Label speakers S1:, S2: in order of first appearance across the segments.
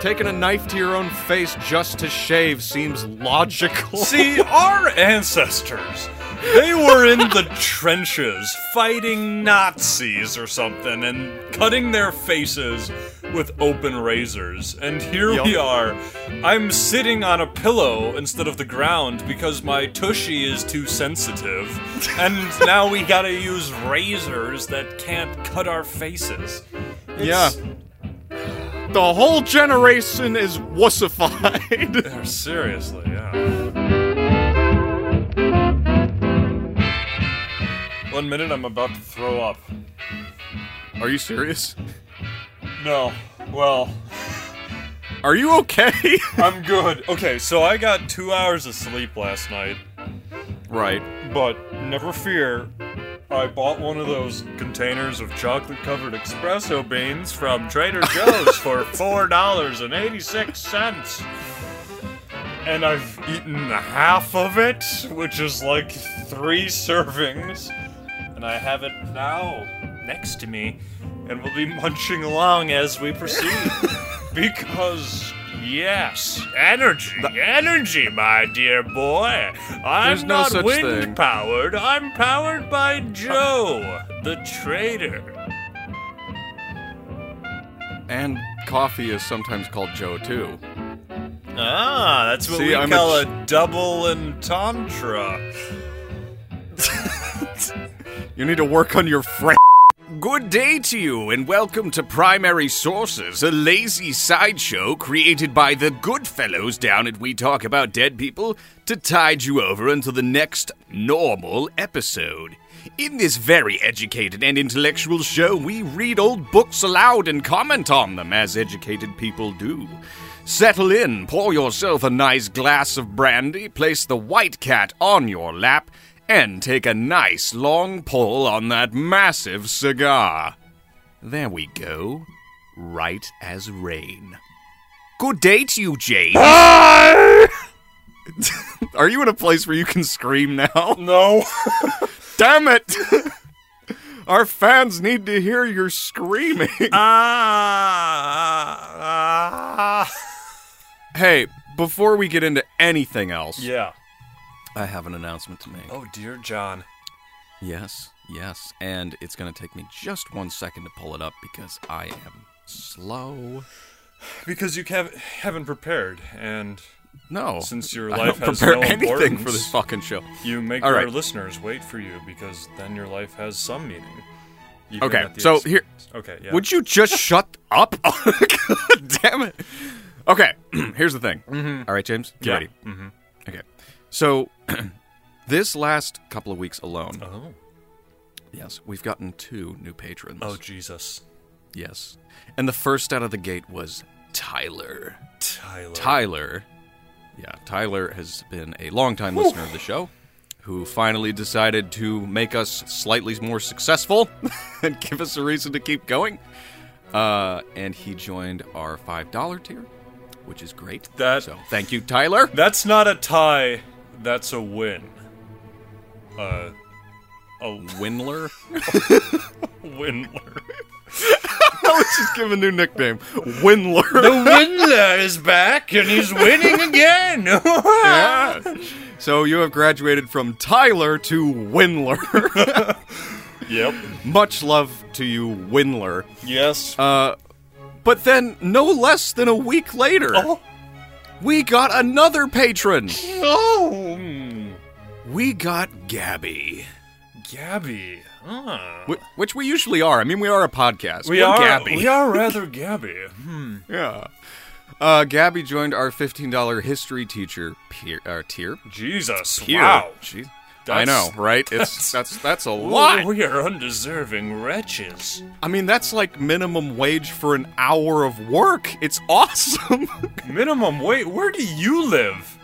S1: Taking a knife to your own face just to shave seems logical.
S2: See, our ancestors, they were in the trenches fighting Nazis or something and cutting their faces with open razors. And here we
S1: Yup.
S2: are. I'm sitting on a pillow instead of the ground because my tushy is too sensitive. And now we gotta use razors that can't cut our faces.
S1: yeah. The whole generation is wussified.
S2: Yeah, Seriously, yeah. One minute, I'm about to throw up.
S1: Are you serious?
S2: No, well,
S1: Are you okay?
S2: I'm good. Okay, so I got two hours of sleep last night,
S1: right.
S2: but never fear, I bought one of those containers of chocolate covered espresso beans from Trader Joe's for $4.86. And I've eaten half of it, which is like three servings. And I have it now next to me, and we'll be munching along as we proceed. because, yes, energy, energy, my dear boy.
S1: There's
S2: I'm
S1: no
S2: not
S1: such
S2: wind
S1: thing.
S2: powered, I'm powered by Joe, the trader.
S1: And coffee is sometimes called Joe too.
S2: Ah, that's what
S1: See,
S2: we
S1: I'm a
S2: call a,
S1: ch-
S2: double and tantra.
S1: You need to work on your friend. Good day to you, and welcome to Primary Sources, a lazy sideshow created by the good fellows down at We Talk About Dead People to tide you over until the next normal episode. In this very educated and intellectual show, we read old books aloud and comment on them as educated people do. Settle in, pour yourself a nice glass of brandy, place the white cat on your lap, and take a nice long pull on that massive cigar. There we go. Right as rain. Good day to you, Jane. Are you in a place where you can scream now?
S2: No.
S1: Damn it! Our fans need to hear your screaming.
S2: ah,
S1: hey, before we get into anything else,
S2: Yeah.
S1: I have an announcement to make.
S2: Oh dear John.
S1: Yes, yes. And it's going to take me just one second to pull it up because I am slow.
S2: Because you have, haven't prepared, and
S1: No.
S2: Since your
S1: I
S2: life
S1: don't
S2: has
S1: prepare
S2: no
S1: anything
S2: importance.
S1: for this fucking show.
S2: you make
S1: All
S2: your
S1: right.
S2: listeners wait for you because then your life has some meaning. even
S1: Okay,
S2: at the
S1: so
S2: ex-
S1: here-
S2: Okay, yeah.
S1: Would you just shut up? God damn it. Okay, here's the thing. All right, James, you
S2: Yeah.
S1: ready? Mm-hmm. Okay. So, this last couple of weeks alone,
S2: Oh.
S1: yes, we've gotten two new patrons.
S2: Oh Jesus.
S1: yes. And the first out of the gate was Tyler.
S2: Tyler.
S1: Tyler. Yeah, Tyler has been a longtime listener of the show who finally decided to make us slightly more successful and give us a reason to keep going. Uh, and he joined our $5 tier, which is great.
S2: That-
S1: so thank you, Tyler.
S2: That's not a tie. That's a win. Uh, a
S1: Winler.
S2: winler.
S1: Let's just give a new nickname. Winler.
S2: Windler is back and he's winning again.
S1: Yeah. So you have graduated from Tyler to Winler.
S2: Yep.
S1: Much love to you, Winler.
S2: Yes.
S1: But then, no less than a week later,
S2: Oh.
S1: we got another patron.
S2: oh. mm.
S1: We got Gabby,
S2: Gabby. Ah.
S1: Wh- which we usually are. I mean, we are a podcast.
S2: We
S1: We're
S2: are
S1: Gabby.
S2: we are rather Gabby. Hmm.
S1: Yeah. Uh, Gabby joined our $15 history teacher peer, uh, tier.
S2: Jesus.
S1: Tier.
S2: Wow.
S1: She, I
S2: That's-
S1: know, right? It's that's that's a lot.
S2: We are undeserving wretches.
S1: I mean, that's like minimum wage for an hour of work. It's awesome.
S2: Minimum wait, where do you live?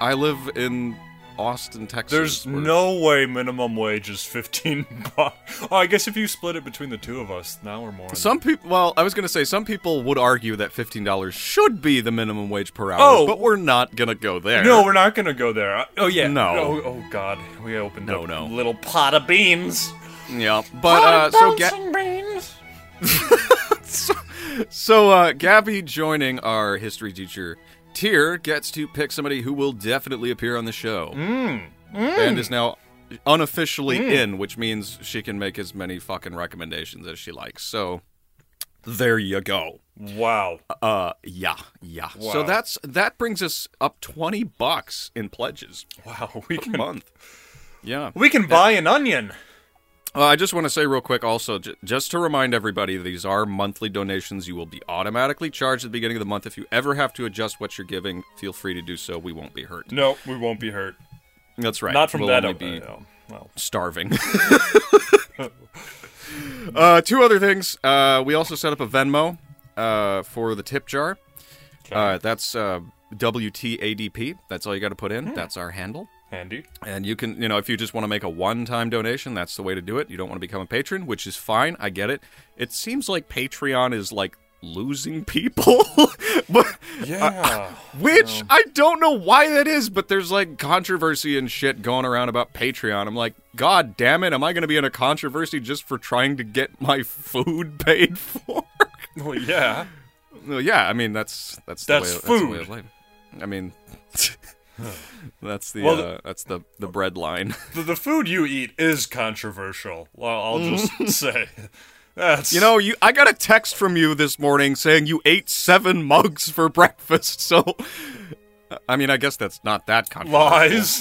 S1: I live in Austin, Texas.
S2: There's
S1: where-
S2: no way minimum wage is 15 bucks. Oh, I guess if you split it between the two of us, now we're more.
S1: Some people, well, I was going to say some people would argue that fifteen dollars should be the minimum wage per hour,
S2: Oh.
S1: but we're not going to go there.
S2: No, we're not gonna go there. I- Oh yeah.
S1: No.
S2: Oh, oh God, we opened
S1: No,
S2: up
S1: no.
S2: little pot of beans.
S1: uh, yeah, but uh, so Ga-
S2: beans.
S1: so, So, uh, Gabby joining our history teacher tier gets to pick somebody who will definitely appear on the show
S2: Mm.
S1: and is now unofficially in, which means she can make as many fucking recommendations as she likes. So, there you go.
S2: Wow.
S1: Uh, yeah, yeah. So
S2: Wow.
S1: that's that brings us up twenty bucks in pledges
S2: Wow. We
S1: a
S2: can
S1: month. Yeah.
S2: we can buy an onion.
S1: Uh, I just want to say real quick also, j- just to remind everybody, these are monthly donations. You will be automatically charged at the beginning of the month. If you ever have to adjust what you're giving, feel free to do so. We won't be hurt.
S2: No, we won't be hurt.
S1: That's right.
S2: Not from
S1: We'll
S2: that.
S1: only
S2: uh,
S1: be
S2: no. Well,
S1: starving. uh, two other things. Uh, we also set up a Venmo uh, for the tip jar. Uh, that's uh, WTADP. That's all you got to put in.
S2: Hmm.
S1: That's our handle.
S2: handy.
S1: And you can, you know, if you just want to make a one time donation, that's the way to do it. You don't want to become a patron, which is fine. I get it. It seems like Patreon is like losing people, but,
S2: Yeah.
S1: which I don't know why that is, but there's like controversy and shit going around about Patreon. I'm like, God damn it, am I going to be in a controversy just for trying to get my food paid for?
S2: well, yeah.
S1: well, yeah, I mean, that's that's the
S2: That's
S1: way, that's the way
S2: food.
S1: of life. I mean, that's the
S2: Well,
S1: uh, that's the the bread line.
S2: The, the food you eat is controversial. Well, I'll just say. That's
S1: Mm. You know, you I got a text from you this morning saying you ate seven mugs for breakfast. So, I mean, I guess that's not that controversial.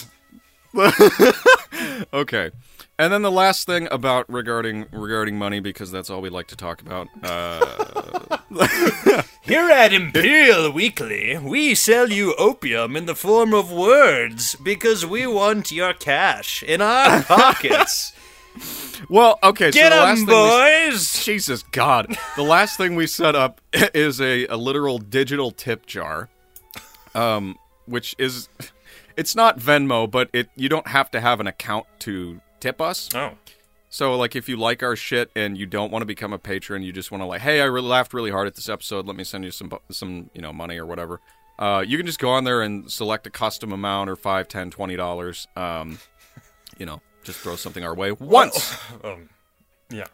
S2: lies.
S1: Okay, and then the last thing about regarding regarding money because that's all we like to talk about. Uh,
S2: Here at Imperial Weekly, we sell you opium in the form of words because we want your cash in our pockets.
S1: well, okay, so
S2: Get
S1: the
S2: 'em,
S1: last thing. we-
S2: boys!
S1: Jesus God! The last thing we set up is a, a literal digital tip jar, um, which is, it's not Venmo, but it you don't have to have an account to tip us.
S2: Oh.
S1: So, like, if you like our shit and you don't want to become a patron, you just want to like, hey, I really laughed really hard at this episode. Let me send you some bu- some you know money or whatever. Uh, you can just go on there and select a custom amount or five, ten, twenty dollars. Um, you know, just throw something our way once.
S2: Um, yeah.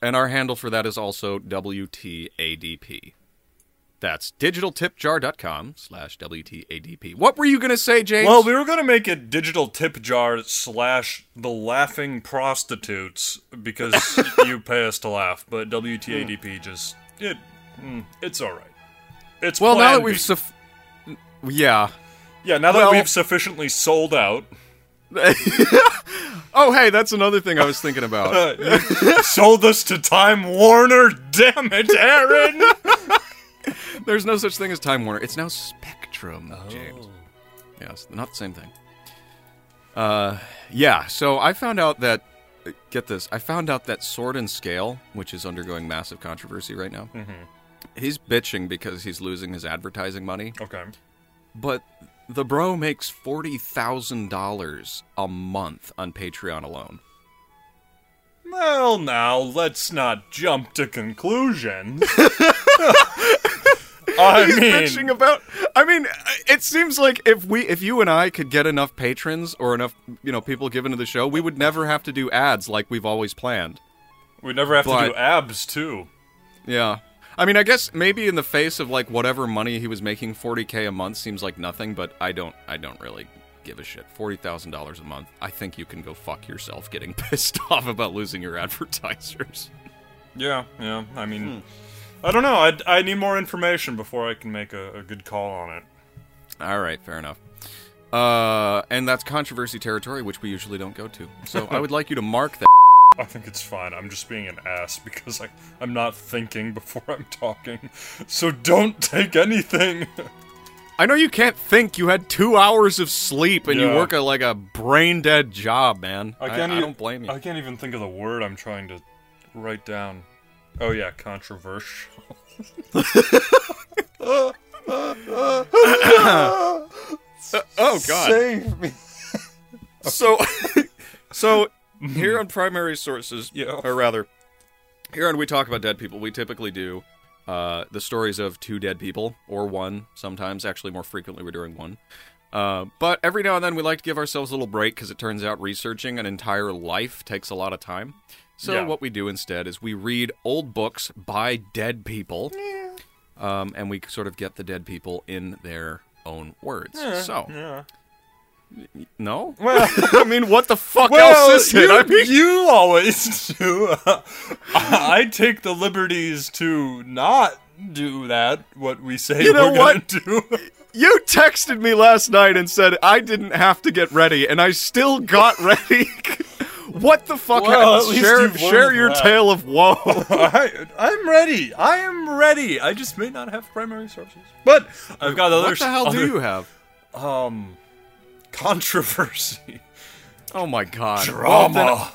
S1: and our handle for that is also WTADP. That's digitaltipjar.com slash WTADP. What were you going to say, James?
S2: Well, we were gonna make a digital tip jar slash the laughing prostitutes because you pay us to laugh, but WTADP
S1: Hmm.
S2: just it mm, it's all right. It's
S1: Well, now
S2: plan
S1: that
S2: B.
S1: we've. Suff- yeah.
S2: yeah now that
S1: well-
S2: we've sufficiently sold out,
S1: Oh, hey, that's another thing I was thinking about.
S2: uh, you sold us to Time Warner. Damn it, Aaron!
S1: There's no such thing as Time Warner. It's now Spectrum, James. Yes, not the same thing. Uh, yeah. So I found out that, uh, get this, I found out that Sword and Scale, which is undergoing massive controversy right now, he's bitching because he's losing his advertising money.
S2: okay,
S1: But the bro makes forty thousand dollars a month on Patreon alone.
S2: well now let's not jump to conclusions. I
S1: He's
S2: mean,
S1: bitching about. I mean, it seems like if we, if you and I could get enough patrons or enough, you know, people given to the show, we would never have to do ads like we've always planned.
S2: we never have to
S1: But-
S2: do abs too.
S1: Yeah. I mean, I guess maybe in the face of like whatever money he was making, 40k a month seems like nothing, but I don't, I don't really give a shit. Forty thousand dollars a month. I think you can go fuck yourself, getting pissed off about losing your advertisers.
S2: Yeah, yeah. I mean,
S1: Hmm.
S2: I don't know. I, I need more information before I can make a, a good call on it.
S1: All right, fair enough. Uh, and that's controversy territory, which we usually don't go to. So I would like you to mark that.
S2: I think it's fine. I'm just being an ass because I, I'm not thinking before I'm talking. So don't take anything.
S1: I know you can't think. You had two hours of sleep, and you
S2: Yeah.
S1: work a, like a brain dead job, man. I,
S2: can't
S1: I,
S2: e-
S1: don't blame you.
S2: I can't even think of the word I'm trying to write down. Oh yeah, controversial.
S1: oh God!
S2: Save me.
S1: So, so here on primary sources,
S2: Yeah.
S1: or rather, here on we talk about dead people. We typically do uh, the stories of two dead people or one. Sometimes, actually, more frequently, we're doing one. Uh, but every now and then, we like to give ourselves a little break because it turns out researching an entire life takes a lot of time. So
S2: Yeah.
S1: what we do instead is we read old books by dead people, um, and we sort of get the dead people in their own words. So
S2: Yeah.
S1: no,
S2: Well,
S1: I mean, what the fuck
S2: well
S1: else is it?
S2: you,
S1: I mean,
S2: you always do. I take the liberties to not do that. What we say
S1: You know
S2: we're
S1: what?
S2: gonna do.
S1: you texted me last night and said I didn't have to get ready, and I still got ready. what the fuck?
S2: Well,
S1: happened?
S2: at least
S1: share
S2: you've learned
S1: share your
S2: that.
S1: tale of woe.
S2: I, I'm ready. I am ready. I just may not have primary sources, but I've got other.
S1: what the hell do you have?
S2: Um, controversy,
S1: Oh my god. Well,
S2: drama.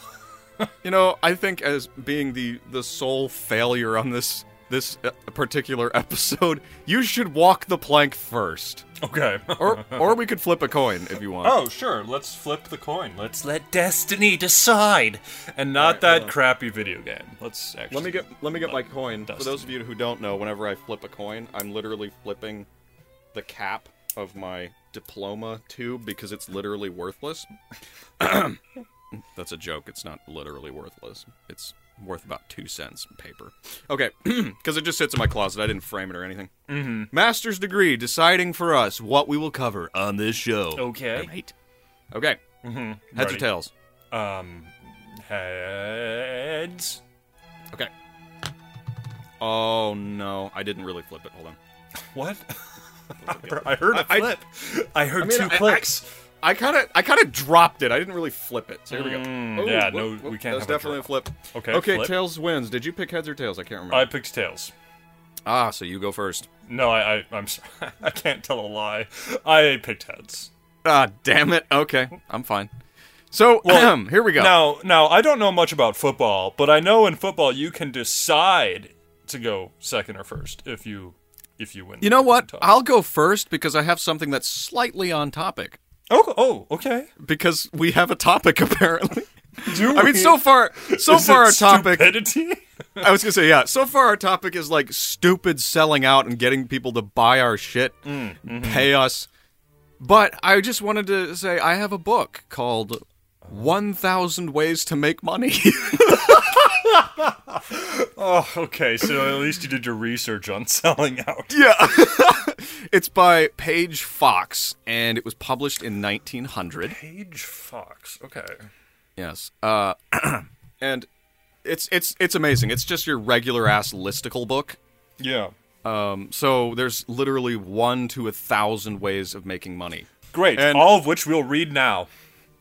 S1: then You know, I think as being the the sole failure on this this uh, particular episode, you should walk the plank first,
S2: okay.
S1: or or we could flip a coin if you want.
S2: oh, sure. Let's flip the coin. Let's let destiny decide, and not that crappy video game. Let's actually.
S1: Let me get let me get my coin. For
S2: Dustin.
S1: those of you who don't know, whenever I flip a coin, I'm literally flipping the cap of my diploma tube because it's literally worthless. That's a joke. It's not literally worthless. It's worth about two cents in paper. Okay, because it just sits in my closet. I didn't frame it or anything. Mm-hmm. Master's degree deciding for us what we will cover on this show.
S2: Okay.
S1: All right. Okay. Mm-hmm. Heads or
S2: Ready.
S1: tails.
S2: Um, heads.
S1: Okay. Oh no, I didn't really flip it. Hold on.
S2: What? I heard a
S1: I- I-
S2: flip. I, heard
S1: mean,
S2: two
S1: I- I-
S2: clicks.
S1: I kind of, I kind of dropped it. I didn't really flip it. So here we go. Oh,
S2: Mm, yeah, no, we can't
S1: That's
S2: have a
S1: definitely a, flip.
S2: Okay,
S1: Okay.
S2: flip.
S1: Tails wins. Did you pick heads or tails? I can't remember.
S2: I picked tails.
S1: ah, so you go first.
S2: No, I, I I'm sorry. I can't tell a lie. I picked heads.
S1: Ah, damn it. Okay, I'm fine. So ahem, here we go.
S2: Now, now I don't know much about football, but I know in football you can decide to go second or first if you if you win.
S1: you know what? I'll go first because I have something that's slightly on topic
S2: oh, oh, okay.
S1: because we have a topic apparently.
S2: Do
S1: I mean, so far, so far our topic.
S2: stupidity?
S1: I was gonna say, yeah. So far, our topic is like stupid selling out and getting people to buy our shit, pay us. But I just wanted to say I have a book called "One Thousand Ways to Make Money."
S2: oh, okay. So at least you did your research on selling out.
S1: yeah, it's by Paige Fox, and it was published in 1900.
S2: Page Fox. Okay.
S1: Yes. Uh, and it's it's it's amazing. It's just your regular ass listicle book.
S2: Yeah.
S1: Um, so there's literally one to a thousand ways of making money.
S2: Great.
S1: And-
S2: All of which we'll read now.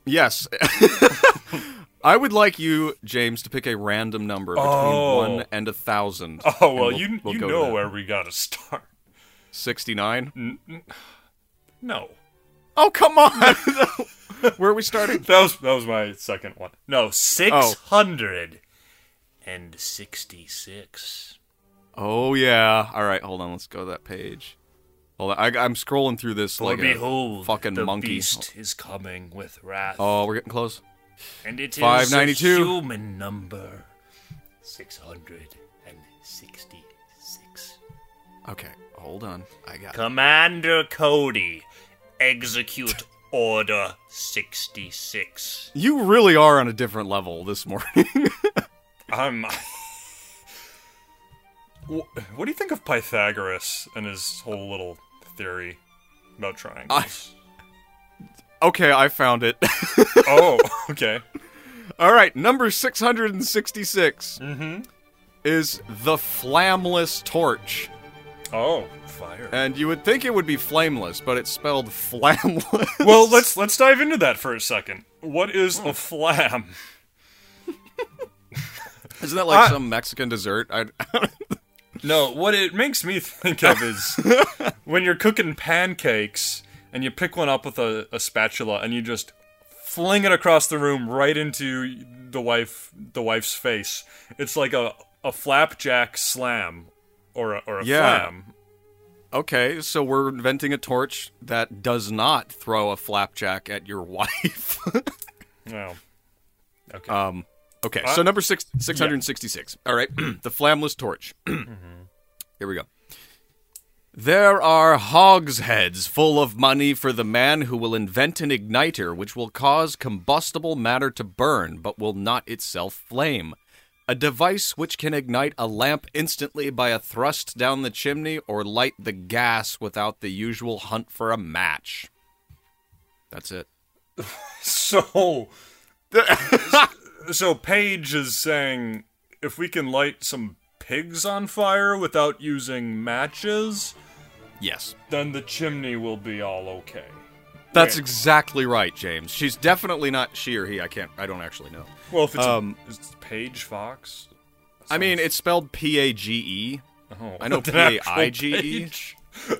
S1: Yes. I would like you, James, to pick a random number between
S2: Oh.
S1: one and a thousand.
S2: Oh well,
S1: and
S2: you
S1: we'll
S2: you
S1: go to
S2: know
S1: that.
S2: where we gotta start.
S1: sixty-nine.
S2: No.
S1: Oh come on! where are we starting?
S2: That was that was my second one.
S1: Oh.
S2: No, six hundred and sixty-six.
S1: Oh yeah. All right, hold on. Let's go to that page. Hold on. I, I'm scrolling through this like a fucking monkey.
S2: is coming with wrath,
S1: Oh, we're getting close.
S2: and it is
S1: 592.
S2: human number six hundred and sixty-six.
S1: Okay, hold on. I got.
S2: Commander Cody, execute order sixty-six.
S1: You really are on a different level this morning.
S2: I'm. Wh- what do you think of Pythagoras and his whole little theory about triangles?
S1: okay, I found it.
S2: oh, okay.
S1: All right, number 666
S2: Mm-hmm.
S1: is the flamless torch.
S2: Oh, fire.
S1: And you would think it would be flameless, but it's spelled flamless.
S2: Well, let's let's dive into that for a second. What is a flam?
S1: Isn't that like
S2: I-
S1: some Mexican dessert? I,
S2: No, what it makes me think of is when you're cooking pancakes and you pick one up with a, a spatula and you just fling it across the room right into the wife the wife's face. It's like a, a flapjack slam or a, or a
S1: Yeah.
S2: flam.
S1: okay, so we're inventing a torch that does not throw a flapjack at your wife.
S2: No. Okay.
S1: um, okay, so number six, 666. All right, the flamless torch. Here we go. There are hogsheads full of money for the man who will invent an igniter which will cause combustible matter to burn but will not itself flame. A device which can ignite a lamp instantly by a thrust down the chimney or light the gas without the usual hunt for a match. That's it.
S2: So, so Paige is saying if we can light some pigs on fire without using matches,
S1: Yes.
S2: then the chimney will be all okay.
S1: That's
S2: Wait.
S1: exactly right, James. She's definitely not she or he. I can't. I don't actually know.
S2: Well, if it's
S1: Um,
S2: a, is Paige Fox,
S1: I mean,
S2: Sounds-
S1: it's spelled P A G E.
S2: oh,
S1: I know
S2: an actual
S1: P-A-I-G-E?
S2: Paige?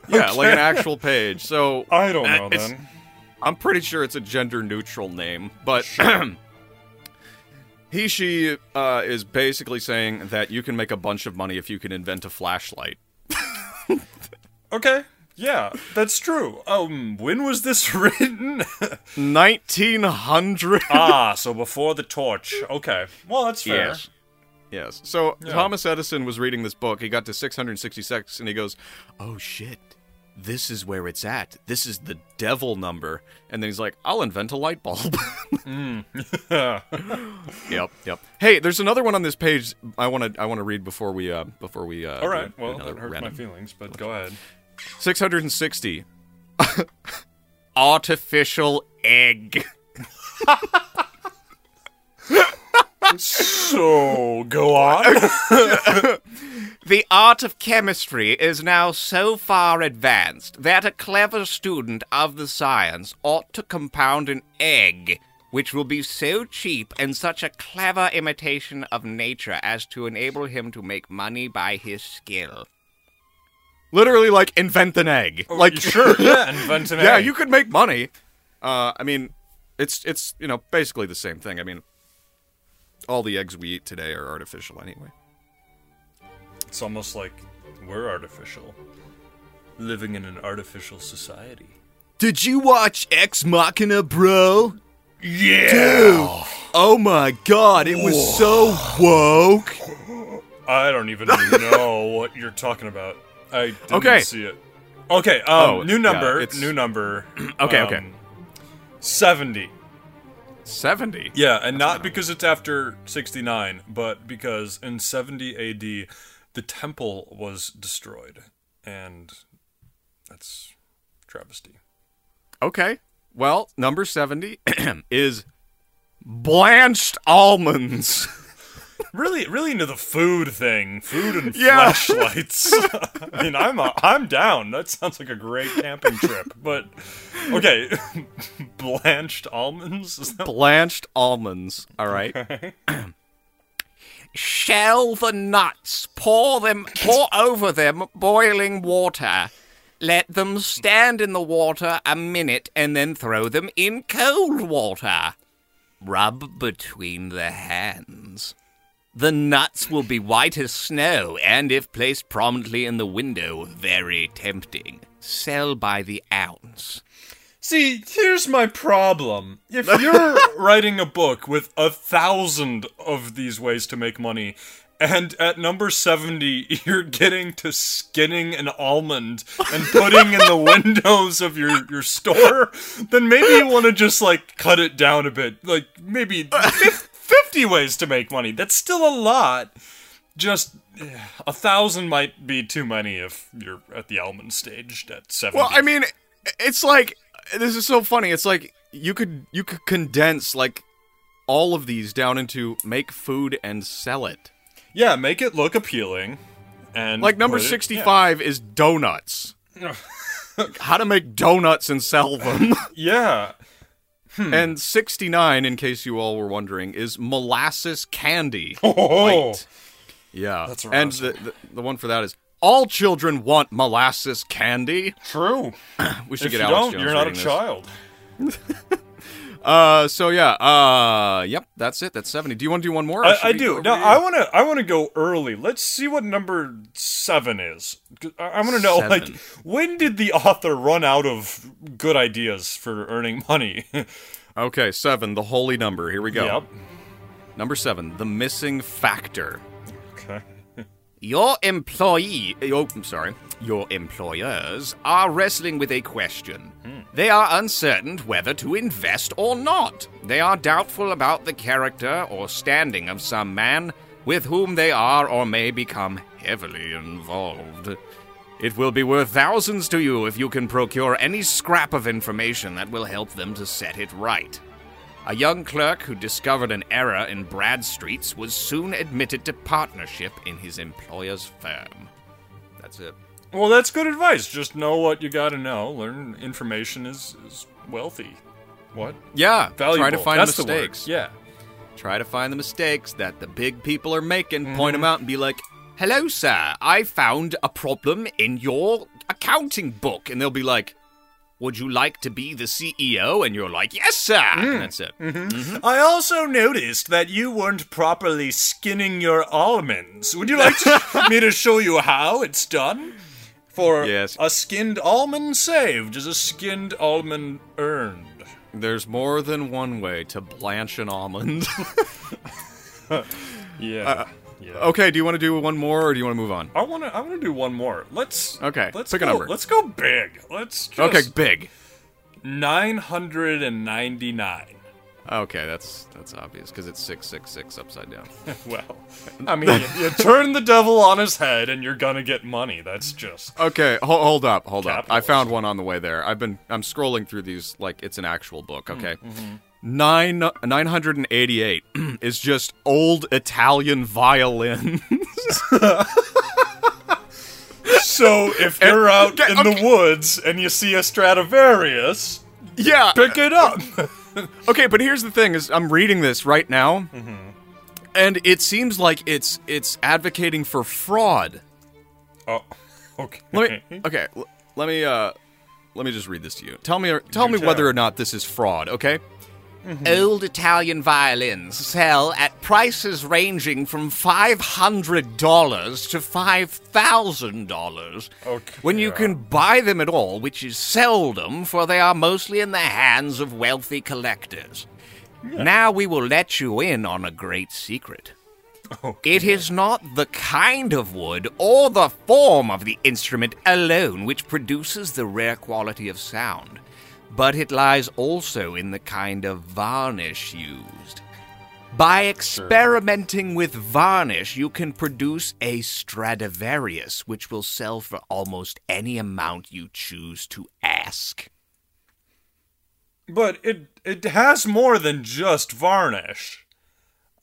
S1: Yeah, like an
S2: Okay.
S1: actual page. So
S2: I don't
S1: uh,
S2: know
S1: it's-
S2: then.
S1: I'm pretty sure it's a gender neutral name, but he she uh, is basically saying that you can make a bunch of money if you can invent a flashlight.
S2: Okay, yeah, that's true. Um, when was this written?
S1: 1900.
S2: ah, so before the torch. Okay, well that's fair.
S1: Yes. Yes. So
S2: Yeah.
S1: Thomas Edison was reading this book. He got to 666 and he goes, "Oh shit. This is where it's at. This is the devil number." And then he's like, "I'll invent a light bulb."
S2: Mm.
S1: yep, yep. Hey, there's another one on this page I want to I want to read before we uh before we uh
S2: All right.
S1: do
S2: Well,
S1: another
S2: that hurt my
S1: random-
S2: feelings, but go ahead.
S1: 660 artificial egg.
S2: So go on.
S1: The art of chemistry is now so far advanced that a clever student of the science ought to compound an egg, which will be so cheap and such a clever imitation of nature as to enable him to make money by his skill. Literally, like, invent an egg. like,
S2: sure, yeah, invent an
S1: yeah,
S2: egg.
S1: you could make money. Uh, I mean, it's it's you know basically the same thing. I mean, all the eggs we eat today are artificial anyway.
S2: It's almost like we're artificial, living in an artificial society.
S1: Did you watch Ex Machina, bro?
S2: Yeah.
S1: Oh my god, it was so woke.
S2: I don't even know what you're talking about. I didn't
S1: Okay.
S2: see it. Okay. Um,
S1: Oh,
S2: new
S1: yeah,
S2: number.
S1: it's-
S2: new number. um,
S1: Okay, okay.
S2: Seventy.
S1: 70.
S2: Yeah, and not because it's after 69, but because in 70 AD, the temple was destroyed. And that's travesty.
S1: Okay. Well, number 70 is blanched almonds.
S2: Really, really into the food thing. Food and
S1: Yeah.
S2: flashlights. I mean, I'm i I'm down. That sounds like a great camping trip. But okay, blanched almonds. Is that
S1: blanched almonds, all right? Shell the nuts, pour them pour over them boiling water. Let them stand in the water a minute and then throw them in cold water. Rub between the hands. The nuts will be white as snow and, if placed prominently in the window, very tempting. Sell by the ounce.
S2: See, here's my problem. If you're writing a book with a thousand of these ways to make money, and at number 70, you're getting to skinning an almond and putting in the windows of your, your store, then maybe you want to just like cut it down a bit. Like maybe fif- 50 ways to make money. That's still a lot. Just eh, a thousand might be too many if you're at the almond stage at 70.
S1: Well, I mean, it's like this is so funny. It's like you could you could condense like all of these down into make food and sell it.
S2: Yeah, make it look appealing. And
S1: Like number
S2: put it-
S1: sixty-five is donuts.
S2: Yeah.
S1: How to make donuts and sell them.
S2: yeah. Hmm.
S1: and sixty-nine, in case you all were wondering, is molasses candy.
S2: Oh,
S1: Light. Yeah,
S2: That's
S1: and the, the the one for that is all children want molasses candy.
S2: true.
S1: We should
S2: If you
S1: get Alex
S2: don't,
S1: Jones
S2: you're not a
S1: reading this.
S2: child.
S1: Uh, so yeah, uh, yep, that's it. That's seventy. Do you want to do one more? or
S2: I,
S1: should
S2: I
S1: we
S2: do.
S1: go
S2: No,
S1: over
S2: I
S1: you?
S2: want to. I want to go early. Let's see what number seven is. 'Cause I, I want to know, like,
S1: Seven.
S2: when did the author run out of good ideas for earning money? yep.
S1: Okay, seven, the holy number. Here we go. Number seven, the missing factor.
S2: Okay.
S1: Your employee, oh, I'm sorry, your employers are wrestling with a question. They are uncertain whether to invest or not. They are doubtful about the character or standing of some man, with whom they are or may become heavily involved. It will be worth thousands to you if you can procure any scrap of information that will help them to set it right. A young clerk who discovered an error in Bradstreet's was soon admitted to partnership in his employer's firm. That's it.
S2: Well, that's good advice. Just know what you gotta know. Learn information is, is wealthy. What?
S1: Yeah,
S2: Valuable.
S1: try to find
S2: that's
S1: the
S2: the word.
S1: mistakes.
S2: Yeah.
S1: Try to find the mistakes that the big people are making, point 'em
S2: Mm-hmm.
S1: point them out, and be like, "Hello, sir, I found a problem in your accounting book," and they'll be like. Would you like to be the CEO? And you're like, yes, sir.
S2: Mm-hmm.
S1: And that's it.
S2: I also noticed that you weren't properly skinning your almonds. Would you like to, me to show you how it's done? For
S1: Yes.
S2: a skinned almond saved is a skinned almond earned.
S1: There's more than one way to blanch an almond.
S2: Yeah. yeah.
S1: okay, do you want to do one more, or do you want to move on?
S2: Uh, I want to. I want to do one more. Let's.
S1: Okay,
S2: Let's
S1: pick a
S2: go,
S1: number.
S2: Let's go big. Let's. Just
S1: Okay, big.
S2: Nine hundred and ninety-nine.
S1: Okay, that's that's obvious because it's six six six upside down.
S2: Well, I mean, you, you turn the devil on his head, and you're gonna get money. That's just.
S1: Okay, ho- hold up, hold up. I
S2: Capitalism.
S1: found one on the way there. I've been I'm scrolling through these like it's an actual book. Okay, nine nine hundred and eighty eight is just old Italian violin.
S2: So if you're out
S1: okay,
S2: in the woods and you see a Stradivarius,
S1: yeah.
S2: pick it up.
S1: Okay, but here's the thing: is I'm reading this right now, and it seems like it's it's advocating for fraud.
S2: oh, okay.
S1: Let me, okay, l- let me uh let me just read this to you. Tell me tell me
S2: tell.
S1: whether or not this is fraud, okay? Old Italian violins sell at prices ranging from five hundred dollars to five thousand dollars.
S2: Okay.
S1: When you can buy them at all, which is seldom, for they are mostly in the hands of wealthy collectors. Now we will let you in on a great secret. It is not the kind of wood or the form of the instrument alone which produces the rare quality of sound, but it lies also in the kind of varnish used. By experimenting with varnish, you can produce a Stradivarius, which will sell for almost any amount you choose to ask.
S2: But it it has more than just varnish.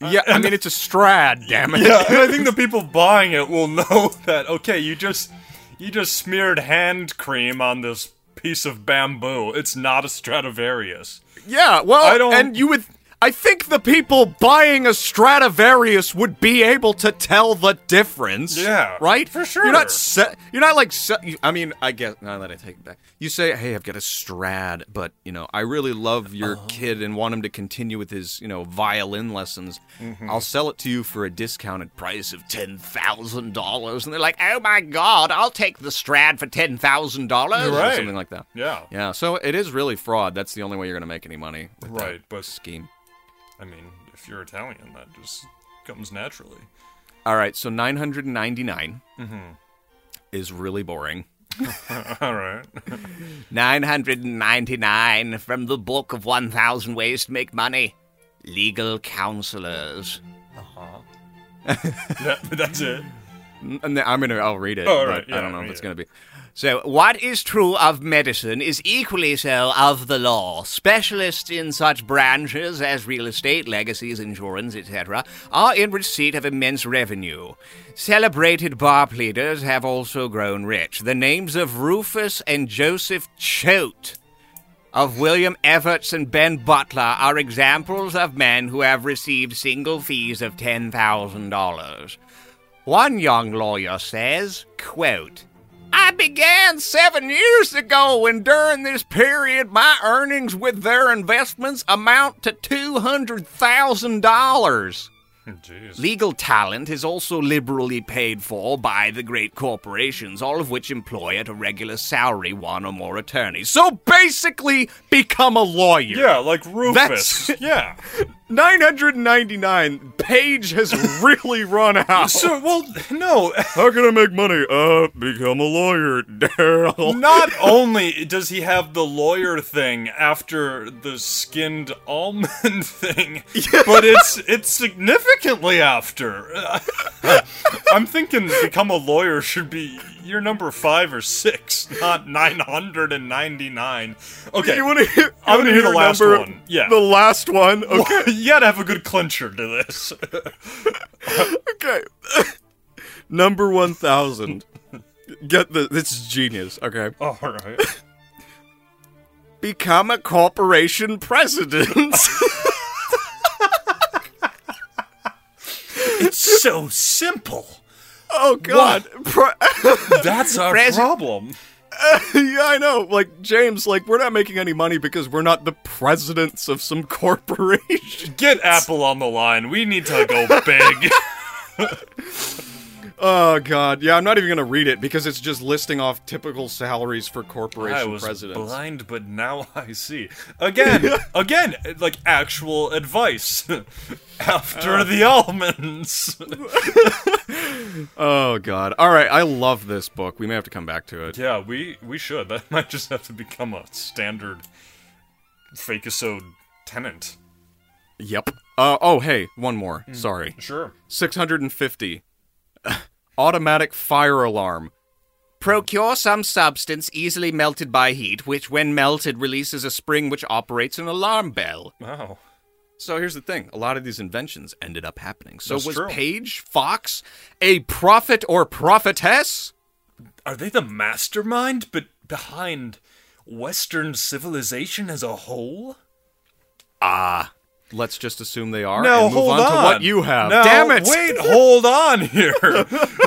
S1: Yeah, I mean, it's a Strad, damn it.
S2: Yeah, and I think the people buying it will know that. Okay, you just you just smeared hand cream on this piece of bamboo. It's not a Stradivarius.
S1: Yeah, well,
S2: I don't-
S1: and you would. I think the people buying a Stradivarius would be able to tell the difference.
S2: Yeah,
S1: right.
S2: for sure.
S1: You're not. Se- you're not like. Se- you- I mean, I guess. Now that I take it back, you say, "Hey, I've got a Strad, but you know, I really love your
S2: Uh-huh.
S1: kid and want him to continue with his, you know, violin lessons.
S2: Mm-hmm.
S1: I'll sell it to you for a discounted price of ten thousand dollars." And they're like, "Oh my God, I'll take the Strad for ten thousand dollars," or
S2: Right.
S1: something like that.
S2: Yeah,
S1: Yeah, so it is really fraud. That's the only way you're going to make any money with that
S2: Right, but-
S1: scheme.
S2: I mean, if you're Italian, that just comes naturally.
S1: All right, so 999 is really boring.
S2: All right.
S1: 999 from the book of 1000 ways to make money. Legal counselors.
S2: That, that's it.
S1: And then- I'm gonna. I'll read it.
S2: Oh, all
S1: but
S2: right,
S1: I
S2: yeah,
S1: don't know if
S2: read
S1: it's
S2: it.
S1: gonna be. So, what is true of medicine is equally so of the law. Specialists in such branches as real estate, legacies, insurance, etc., are in receipt of immense revenue. Celebrated bar pleaders have also grown rich. The names of Rufus and Joseph Choate of William Evarts and Ben Butler are examples of men who have received single fees of $10,000. One young lawyer says, quote, I began seven years ago, and during this period, my earnings with their investments amount to $200,000.
S2: Jeez.
S1: Legal talent is also liberally paid for by the great corporations, all of which employ at a regular salary one or more attorneys. So basically, become a lawyer.
S2: Yeah, like Rufus.
S1: That's-
S2: Yeah.
S1: 999 page has really run out.
S2: So, well, no.
S1: How can I make money? Uh, become a lawyer, Daryl.
S2: Not only does he have the lawyer thing after the skinned almond thing, but it's it's significant. significantly after. I'm thinking become a lawyer should be your number five or six, not 999. Okay,
S1: You want to hear? you
S2: I'm
S1: wanna
S2: gonna hear the last
S1: number-
S2: one. Yeah.
S1: The last one. Okay.
S2: you gotta have a good clincher to this.
S1: Okay. Number 1000. Get the this is genius. Okay.
S2: All right.
S1: Become a corporation president.
S2: It's so simple.
S1: oh god. Pre-
S2: That's our
S1: Pres-
S2: problem.
S1: yeah, I know. Like James, like we're not making any money because we're not the presidents of some corporation.
S2: Get Apple on the line. We need to go big.
S1: Oh god. Yeah, I'm not even going to read it because it's just listing off typical salaries for corporation
S2: I was
S1: presidents.
S2: blind, but now I see. Again, again, like actual advice after
S1: Uh.
S2: the almonds.
S1: Oh god. All right, I love this book. We may have to come back to it.
S2: yeah, we we should. That might just have to become a standard fakeisode tenant.
S1: Yep. Uh, oh, hey, one more. Sorry.
S2: Sure.
S1: 650. Automatic fire alarm. Procure some substance easily melted by heat, which, when melted, releases a spring which operates an alarm bell.
S2: Wow.
S1: So here's the thing a lot of these inventions ended up happening. So
S2: That's
S1: was
S2: true.
S1: Page Fox a prophet or prophetess?
S2: Are they the mastermind but behind Western civilization as a whole?
S1: Ah. Let's just assume they are
S2: Now
S1: and move
S2: hold
S1: on, to what you have. Damn it!
S2: Wait, hold on here.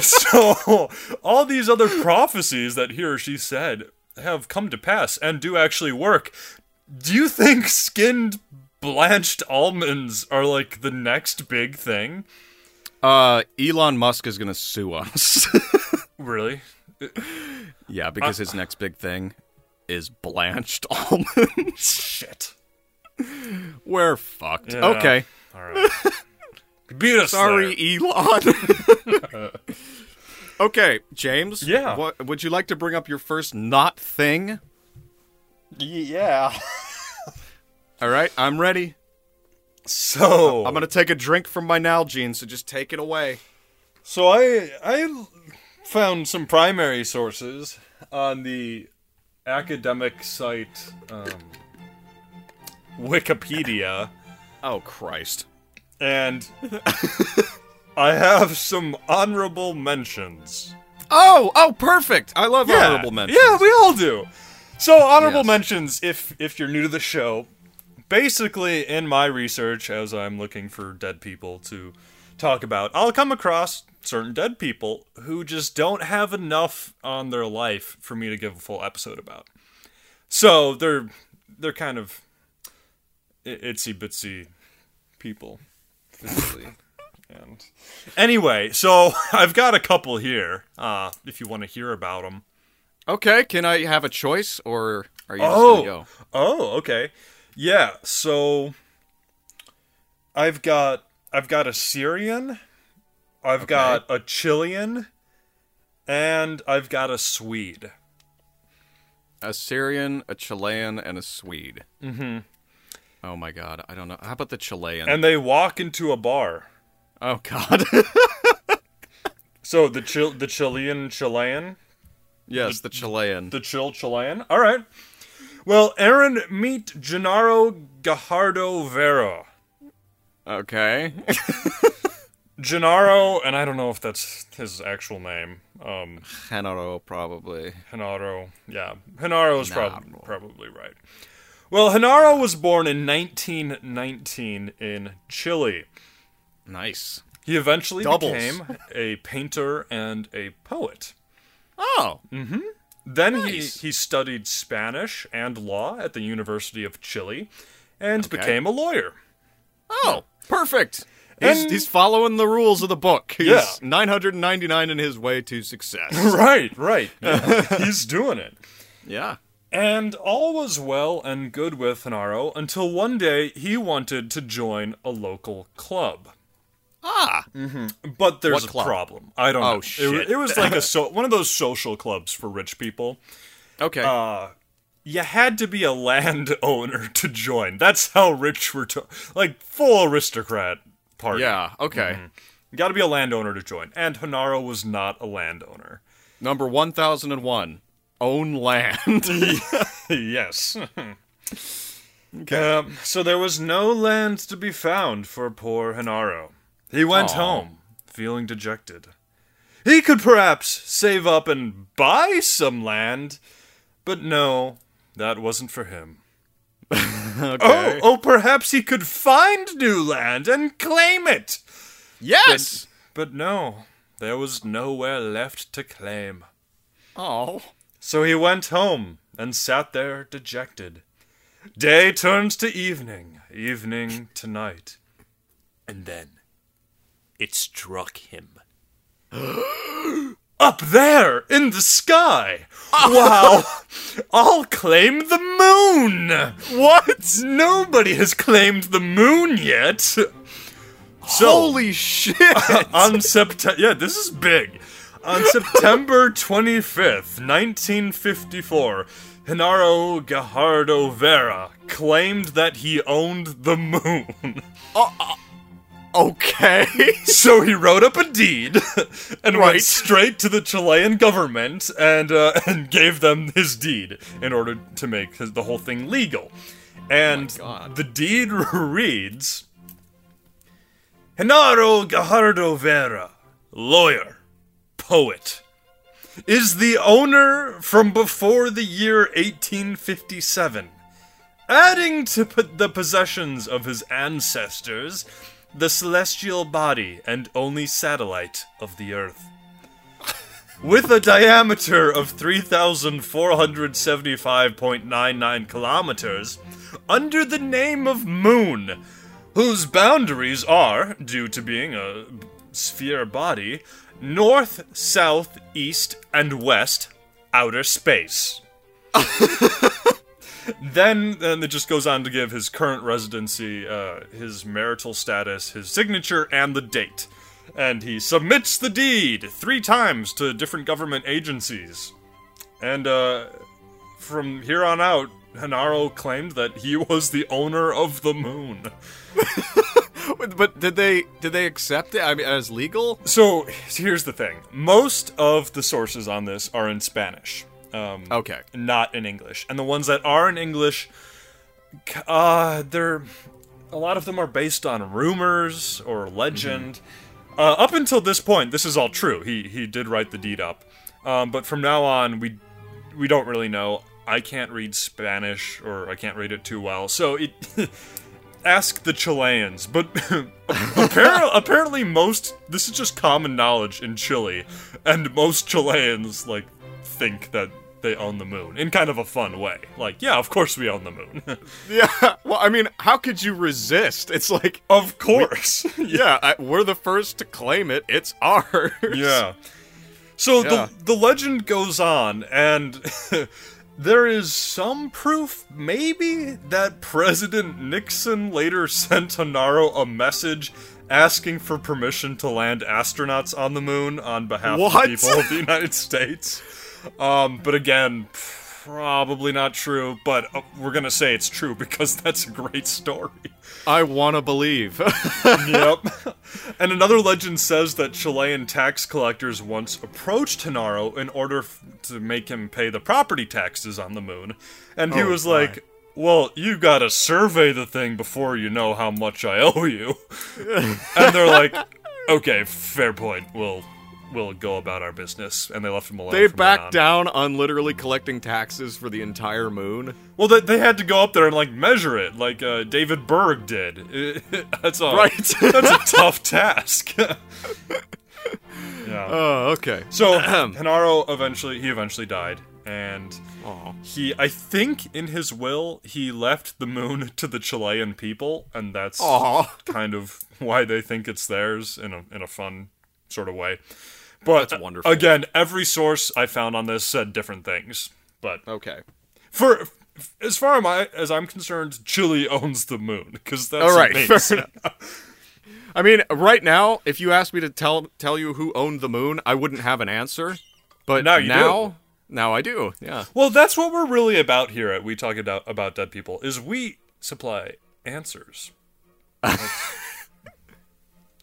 S2: so all these other prophecies that he or she said have come to pass and do actually work. Do you think skinned blanched almonds are like the next big thing?
S1: Uh, Elon Musk is gonna sue us.
S2: Really?
S1: Yeah, because his next big thing is blanched almonds.
S2: Shit.
S1: We're fucked.
S2: Yeah.
S1: Okay.
S2: All right. Beat us
S1: Sorry,
S2: there.
S1: Elon. okay, James.
S2: Yeah.
S1: What, would you like to bring up your first not thing?
S2: Yeah.
S1: All right, I'm ready.
S2: So
S1: I'm going to take a drink from my Nalgene, so just take it away.
S2: So I I found some primary sources on the academic site um, Wikipedia,
S1: Oh, Christ.
S2: and I have some honorable mentions.
S1: Oh, oh, perfect. I love honorable mentions.
S2: Yeah, we all do. So honorable
S1: Yes.
S2: mentions, if if you're new to the show, basically in my research as I'm looking for dead people to talk about, I'll come across certain dead people who just don't have enough on their life for me to give a full episode about. So they're they're kind of i- itsy bitsy people physically. and anyway, so I've got a couple here. Uh, if you want to hear about them.
S1: Okay, can I have a choice, or are you just
S2: Oh,
S1: going to go?
S2: oh, okay, yeah. So I've got I've got a Syrian, I've got a Chilean, and I've got a Swede.
S1: A Syrian, a Chilean, and a Swede. Mm-hmm. Oh my god, I don't know. How about the Chilean?
S2: And they walk into a bar.
S1: oh god.
S2: So the Chil- the Chilean Chilean,
S1: yes, the Chilean.
S2: the Chil Chilean. All right. Well, Aaron, meet Gennaro Gajardo Vera.
S1: Okay.
S2: Gennaro, and I don't know if that's his actual name. Um,
S1: Henaro, probably.
S2: Hinaro. Yeah, Hinaro is prob-
S1: Hinaro.
S2: probably right. Well, Hinaro was born in 1919 in Chile.
S1: Nice.
S2: He eventually
S1: Doubles.
S2: became a painter and a poet.
S1: Oh.
S2: Then
S1: Nice.
S2: he, he studied Spanish and law at the University of Chile and
S1: Okay.
S2: became a lawyer.
S1: Oh, perfect. He's,
S2: And-
S1: he's following the rules of the book. He's
S2: Yeah.
S1: 999 in his way to success.
S2: Right, right. Yeah, he's doing it.
S1: yeah.
S2: And all was well and good with Hinaro until one day he wanted to join a local club.
S1: Ah.
S2: But there's
S1: What
S2: a
S1: club?
S2: problem. I don't
S1: Oh,
S2: know. It
S1: shit.
S2: wa- It, was like a so, one of those social clubs for rich people.
S1: Okay.
S2: Uh, You had to be a landowner to join. That's how rich we're to- like full aristocrat party.
S1: Yeah, okay.
S2: mm-hmm. You gotta be a landowner to join. And Hanaro was not a landowner.
S1: Number 1001 Own land.
S2: yes. Um, so there was no land to be found for poor Hanaro. He went
S1: Aw.
S2: home, feeling dejected. He could perhaps save up and buy some land, but no, that wasn't for him.
S1: okay.
S2: Oh, oh, perhaps he could find new land and claim it!
S1: yes!
S2: But no, there was nowhere left to claim.
S1: Oh.
S2: So he went home and sat there dejected. Day turned to evening, evening to night. And then it struck him. Up there in the sky! Wow! I'll claim the moon! What? Nobody has claimed the moon yet! So,
S1: Holy shit!
S2: on September. Yeah, this is big. On September 25th, 1954, Hinaro Gajardo Vera claimed that he owned the moon.
S1: okay.
S2: so he wrote up a deed and
S1: Right.
S2: went straight to the Chilean government and uh, and gave them his deed in order to make his, the whole thing legal. And
S1: God.
S2: the deed reads Henaro Gajardo Vera, lawyer, poet, is the owner from before the year 1857 adding to p- the possessions of his ancestors the celestial body and only satellite of the Earth. With a diameter of 3,475.99 kilometers, under the name of Moon, whose boundaries are, due to being a sphere body, north, south, east, and west, outer space. Then, then it just goes on to give his current residency, uh, his marital status, his signature, and the date. And he submits the deed three times to different government agencies. And uh, from here on out, Hanaro claimed that he was the owner of the moon.
S1: but did they did they accept it? I mean, as legal?
S2: So here's the thing: most of the sources on this are in Spanish. Um,
S1: Okay.
S2: not in English. And the ones that are in English, c- uh, they're a lot of them are based on rumors or legend. Uh, up until this point, this is all true. He he did write the deed up, um, but from now on, we we don't really know. I can't read Spanish, or I can't read it too well, so it. Ask the Chileans, but apparently, apparently most this is just common knowledge in Chile, and most Chileans like think that they own the moon in kind of a fun way. Like, yeah, of course we own the moon.
S1: Yeah. Well, I mean, how could you resist? It's like,
S2: of course.
S1: yeah, I, we're the first to claim it. It's ours.
S2: Yeah. So
S1: Yeah.
S2: the the legend goes on, and there is some proof, maybe, that President Nixon later sent Hanaro a message asking for permission to land astronauts on the moon on behalf
S1: What?
S2: of the people of the United States. Um, but again, probably not true. But uh, we're gonna say it's true because that's a great story
S1: I want to believe.
S2: yep. And another legend says that Chilean tax collectors once approached Hinaro in order f- to make him pay the property taxes on the moon. And he
S1: Oh,
S2: was
S1: my.
S2: like, Well, you gotta survey the thing before you know how much I owe you. and they're like, Okay, fair point. We'll. We'll go about our business, and they left him alone.
S1: they
S2: from then on.
S1: backed down on literally collecting taxes for the entire moon.
S2: Well, they, they had to go up there and like measure it, like uh, David Berg did. that's all.
S1: Right.
S2: that's a tough task. yeah.
S1: Oh, okay.
S2: So Hanaro eventually he eventually died, and
S1: Aw.
S2: he I think in his will he left the moon to the Chilean people, and that's
S1: Aw.
S2: kind of why they think it's theirs in a in a fun sort of way. But
S1: That's wonderful.
S2: again, every source I found on this said different things. But
S1: Okay.
S2: for f- as far am I, as I'm concerned, Chile owns the moon because that's
S1: All right,
S2: amazing.
S1: fair I mean, right now, if you asked me to tell tell you who owned the moon, I wouldn't have an answer. But
S2: Now you
S1: now, now I do. Yeah.
S2: Well, that's what we're really about here at We Talk About About Dead People is we supply answers.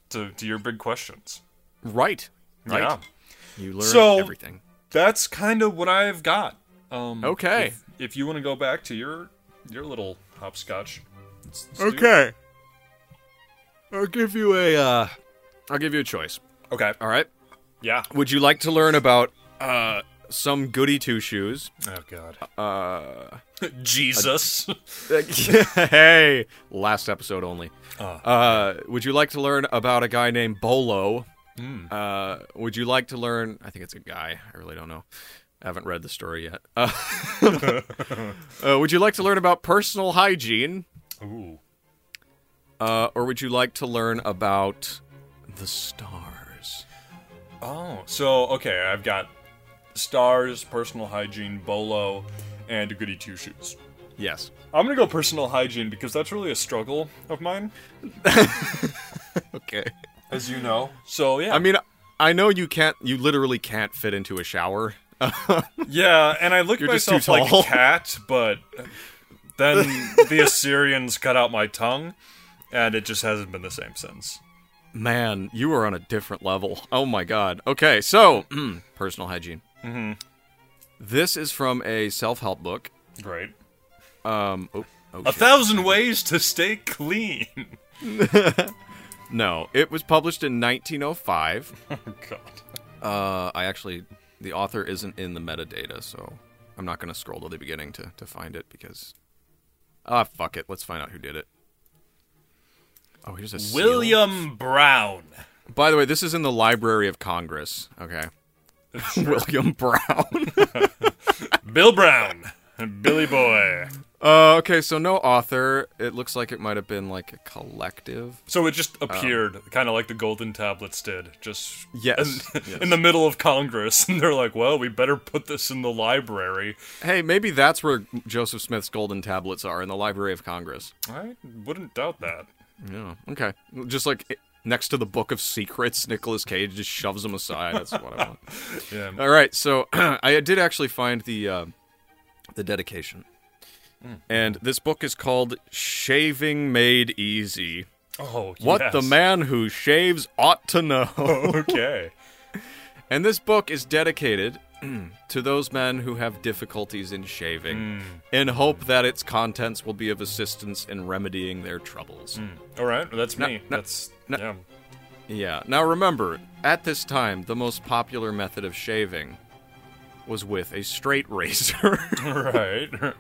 S2: to, to your big questions.
S1: Right. Right.
S2: Yeah.
S1: You learn
S2: So-
S1: everything.
S2: That's kind of what I've got. Um,
S1: Okay.
S2: If, if you want to go back to your your little hopscotch. let's- let's do it.
S1: Okay. I'll give you a uh I'll give you a choice.
S2: Okay.
S1: All right.
S2: Yeah.
S1: Would you like to learn about uh some goody two shoes?
S2: Oh God. Uh. Jesus.
S1: hey, last episode only.
S2: Oh.
S1: Uh, would you like to learn about a guy named Bolo?
S2: Hmm.
S1: Uh, would you like to learn? I think it's a guy. I really don't know. I haven't read the story yet. Uh, uh, would you like to learn about personal hygiene?
S2: Ooh.
S1: Uh, or would you like to learn about the stars?
S2: Oh, so okay, I've got stars, personal hygiene, bolo, and goody two shoes.
S1: Yes.
S2: I'm gonna go personal hygiene because that's really a struggle of mine,
S1: Okay.
S2: as you know. So yeah,
S1: I mean, I know you can't, you literally can't fit into a shower.
S2: yeah, and I look at
S1: You're just
S2: myself
S1: too
S2: like
S1: tall.
S2: a cat, but then the Assyrians cut out my tongue, and it just hasn't been the same since.
S1: Man, you are on a different level. Oh my god. Okay, so mm, personal hygiene. Mm-hmm. This is from a self-help book.
S2: Great.
S1: Um, oh, oh
S2: A
S1: shit.
S2: thousand ways to stay clean.
S1: no, it was published in 1905.
S2: oh God.
S1: Uh, I actually, the author isn't in the metadata, so I'm not gonna scroll to the beginning to to find it because, ah, fuck it. Let's find out who did it. Oh, here's a seal.
S2: William Brown.
S1: By the way, this is in the Library of Congress. Okay, William Brown.
S2: Bill Brown. Billy Boy.
S1: Uh, okay, so no author. It looks like it might have been like a collective.
S2: So it just
S1: Um,
S2: appeared, kind of like the Golden Tablets did, just
S1: Yes,
S2: in,
S1: yes.
S2: in the middle of Congress, and they're like, "Well, we better put this in the library."
S1: Hey, maybe that's where Joseph Smith's golden tablets are in the Library of Congress.
S2: I wouldn't doubt that.
S1: Yeah. Okay. Just like i- next to the Book of Secrets, Nicolas Cage just shoves them aside. That's what I want.
S2: Yeah.
S1: All right. So I did actually find the uh, the dedication, and this book is called "Shaving Made Easy."
S2: Oh,
S1: What the
S2: yes.
S1: man who shaves ought to know.
S2: Okay.
S1: And this book is dedicated to those men who have difficulties in shaving, in hope that its contents will be of assistance in remedying their troubles.
S2: All right, that's me.
S1: no,
S2: that's
S1: no.
S2: yeah.
S1: Yeah. Now remember, at this time, the most popular method of shaving was with a straight razor.
S2: All right.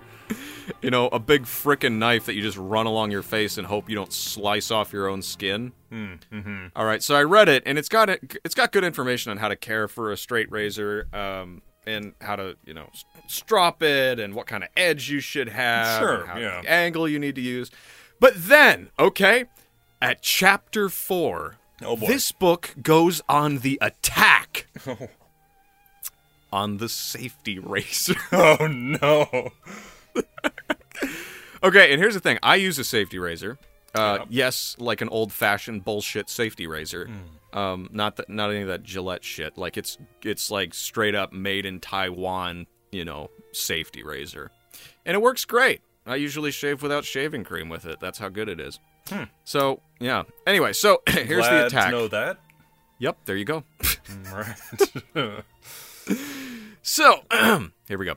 S1: you know, a big frickin' knife that you just run along your face and hope you don't slice off your own skin.
S2: Hmm, mm-hmm.
S1: All right, so I read it, and it's got it. It's got good information on how to care for a straight razor, um, and how to you know s- strop it, and what kind of edge you should have,
S2: Sure,
S1: and how,
S2: yeah.
S1: the angle you need to use. But then, okay, at chapter four,
S2: Oh, boy.
S1: this book goes on the attack. On the safety razor.
S2: oh no.
S1: Okay, and here's the thing. I use a safety razor. Uh, Yes, like an old-fashioned bullshit safety razor.
S2: Hmm.
S1: Um, not that, not any of that Gillette shit. Like it's it's like straight up made in Taiwan, you know, safety razor, and it works great. I usually shave without shaving cream with it. That's how good it is. So yeah. Anyway, so here's
S2: Hmm. Glad
S1: the attack.
S2: To know that.
S1: Yep, there you go.
S2: Right.
S1: So, here we go.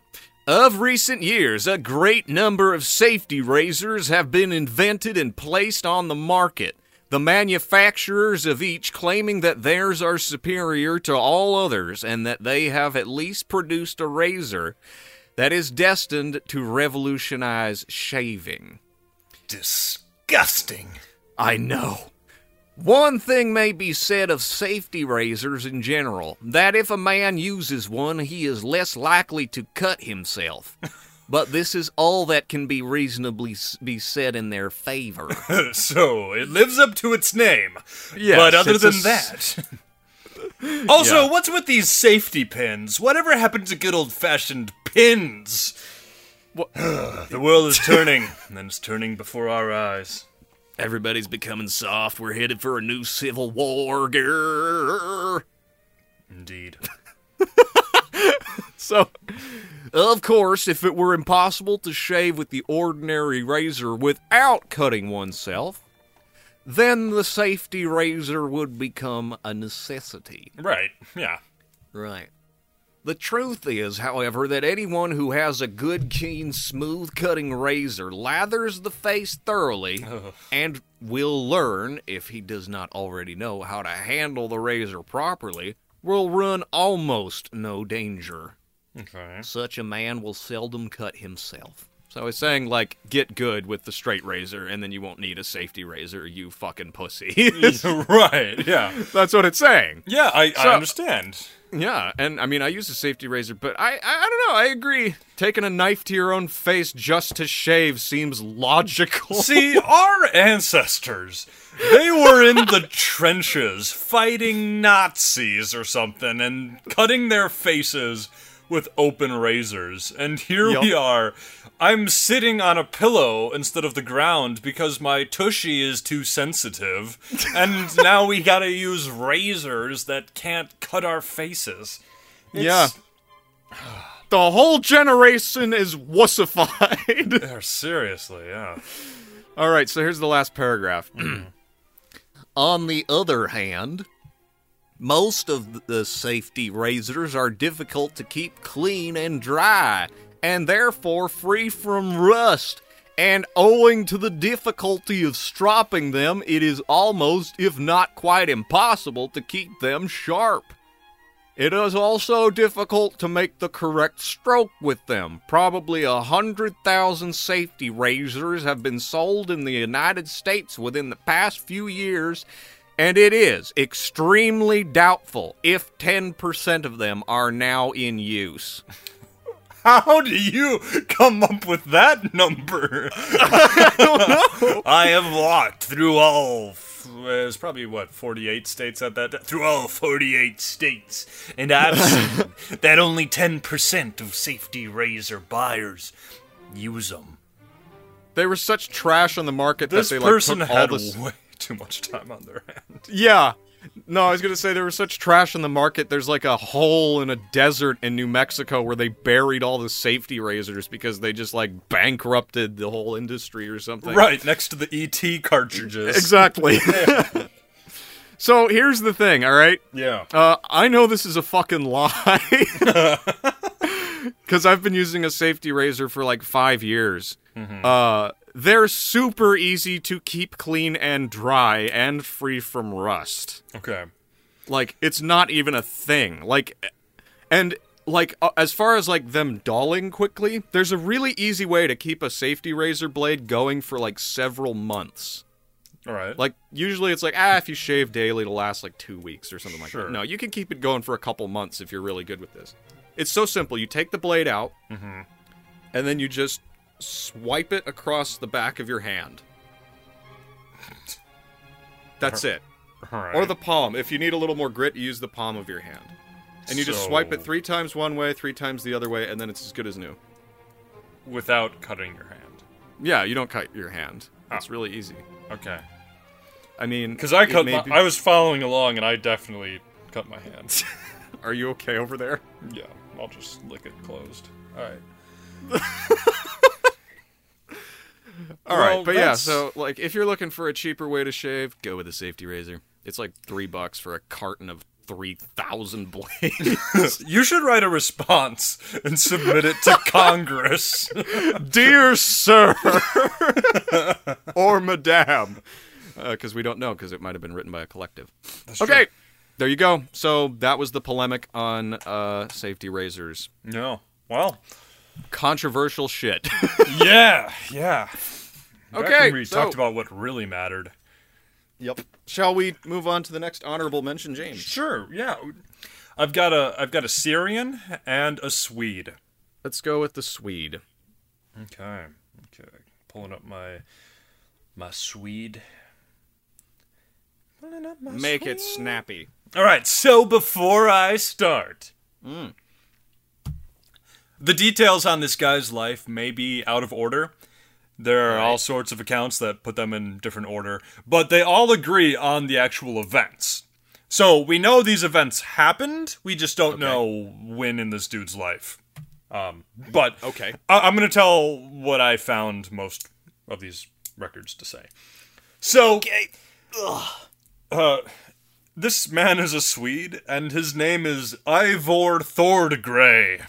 S1: Of recent years, a great number of safety razors have been invented and placed on the market, the manufacturers of each claiming that theirs are superior to all others and that they have at least produced a razor that is destined to revolutionize shaving.
S2: Disgusting.
S1: I know. One thing may be said of safety razors in general that if a man uses one, he is less likely to cut himself. But this is all that can be reasonably s- be said in their favor.
S2: so it lives up to its name.
S1: Yes,
S2: but other
S1: it's a
S2: than that. also,
S1: Yeah.
S2: what's with these safety pins? Whatever happened to good old fashioned pins?
S1: What-
S2: the world is turning, and it's turning before our eyes.
S1: Everybody's becoming soft. We're headed for a new civil war. Grrr.
S2: Indeed.
S1: So, of course, if it were impossible to shave with the ordinary razor without cutting oneself, then the safety razor would become a necessity.
S2: Right. Yeah.
S1: Right. The truth is, however, that anyone who has a good, keen, smooth cutting razor lathers the face thoroughly and will learn, if he does not already know how to handle the razor properly, will run almost no danger.
S2: Okay.
S1: Such a man will seldom cut himself. So he's saying, like, get good with the straight razor and then you won't need a safety razor, you fucking pussy.
S2: right. Yeah.
S1: That's what it's saying.
S2: Yeah. I,
S1: So-
S2: I understand.
S1: Yeah, and I mean, I use a safety razor, but I, I, I don't know. I agree. Taking a knife to your own face just to shave seems logical.
S2: See, our ancestors, they were in the trenches fighting Nazis or something and cutting their faces with open razors. And here we
S1: Yup.
S2: are. I'm sitting on a pillow instead of the ground because my tushy is too sensitive. And now we gotta use razors that can't cut our faces.
S1: yeah. The whole generation is wussified.
S2: Yeah, seriously, yeah.
S1: All right, so here's the last paragraph. On the other hand, most of the safety razors are difficult to keep clean and dry, and therefore free from rust. And owing to the difficulty of stropping them, it is almost, if not quite impossible, to keep them sharp. It is also difficult to make the correct stroke with them. Probably a hundred thousand safety razors have been sold in the United States within the past few years, and it is extremely doubtful if 10% of them are now in use.
S2: How do you come up with that number? I don't know. I have walked through all. f- uh, It's probably what forty-eight states at that. ti- Through all forty-eight states, and I've seen that only ten percent of safety razor buyers use them.
S1: They were such trash on the market
S2: This
S1: that they
S2: person
S1: like took
S2: had
S1: all the
S2: way too much time on their hand.
S1: Yeah. No, I was gonna say there was such trash in the market. There's like a hole in a desert in New Mexico where they buried all the safety razors because they just like bankrupted the whole industry or something.
S2: Right next to the ET cartridges.
S1: Exactly. so here's the thing. All right.
S2: Yeah.
S1: Uh, I know this is a fucking lie. Because I've been using a safety razor for like five years. Uh, they're super easy to keep clean and dry and free from rust.
S2: Okay.
S1: Like it's not even a thing. Like and like uh, as far as like them dulling quickly, there's a really easy way to keep a safety razor blade going for like several months.
S2: All right.
S1: Like usually it's like ah if you shave daily it'll last like 2 weeks or something like
S2: Sure.
S1: that. No, you can keep it going for a couple months if you're really good with this. It's so simple. You take the blade out and then you just swipe it across the back of your hand. That's it
S2: all right.
S1: or the palm. If you need a little more grit, you use the palm of your hand. And you just
S2: So-
S1: swipe it three times one way, three times the other way, and then it's as good as new.
S2: without cutting your hand.
S1: Yeah, you don't cut your hand. It's really easy.
S2: Okay.
S1: I mean,
S2: Because I
S1: it
S2: cut,
S1: may
S2: my,
S1: be-
S2: I was following along, and I definitely cut my hands.
S1: Are you okay over there?
S2: yeah, I'll just lick it closed. All right.
S1: All right,
S2: Well,
S1: but yeah.
S2: that's-
S1: So like, if you're looking for a cheaper way to shave, go with a safety razor. It's like three bucks for a carton of three thousand blades.
S2: You should write a response and submit it to Congress.
S1: Dear sir, or madame, because we don't know, because it might have been written by a collective. okay, there you go. So that was the polemic on uh, safety razors.
S2: no. Well.
S1: Controversial shit.
S2: Yeah. Yeah. Back
S1: okay,
S2: when we
S1: so-
S2: talked about what really mattered.
S1: Yep. Shall we move on to the next honorable mention, James?
S2: Sure. Yeah. I've got a I've got a Syrian and a Swede.
S1: Let's go with the Swede.
S2: Okay. Okay. Pulling up my my Swede. Pulling up my
S1: Make it snappy.
S2: All right, so before I start, the details on this guy's life may be out of order. There are all sorts of accounts that put them in different order, but they all agree on the actual events. So we know these events happened, we just don't know when in this dude's life. Um, but
S1: Okay.
S2: I- I'm going to tell what I found most of these records to say. So Uh, this man is a Swede, and his name is Ivor Thordgray.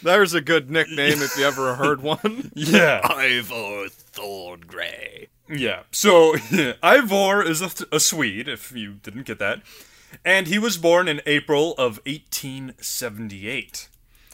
S3: There's a good nickname if you ever heard one.
S2: Yeah,
S1: Ivor Thorngray.
S2: Uh, yeah. So, Ivor is a, th- a Swede, if you didn't get that. And he was born in April of 1878.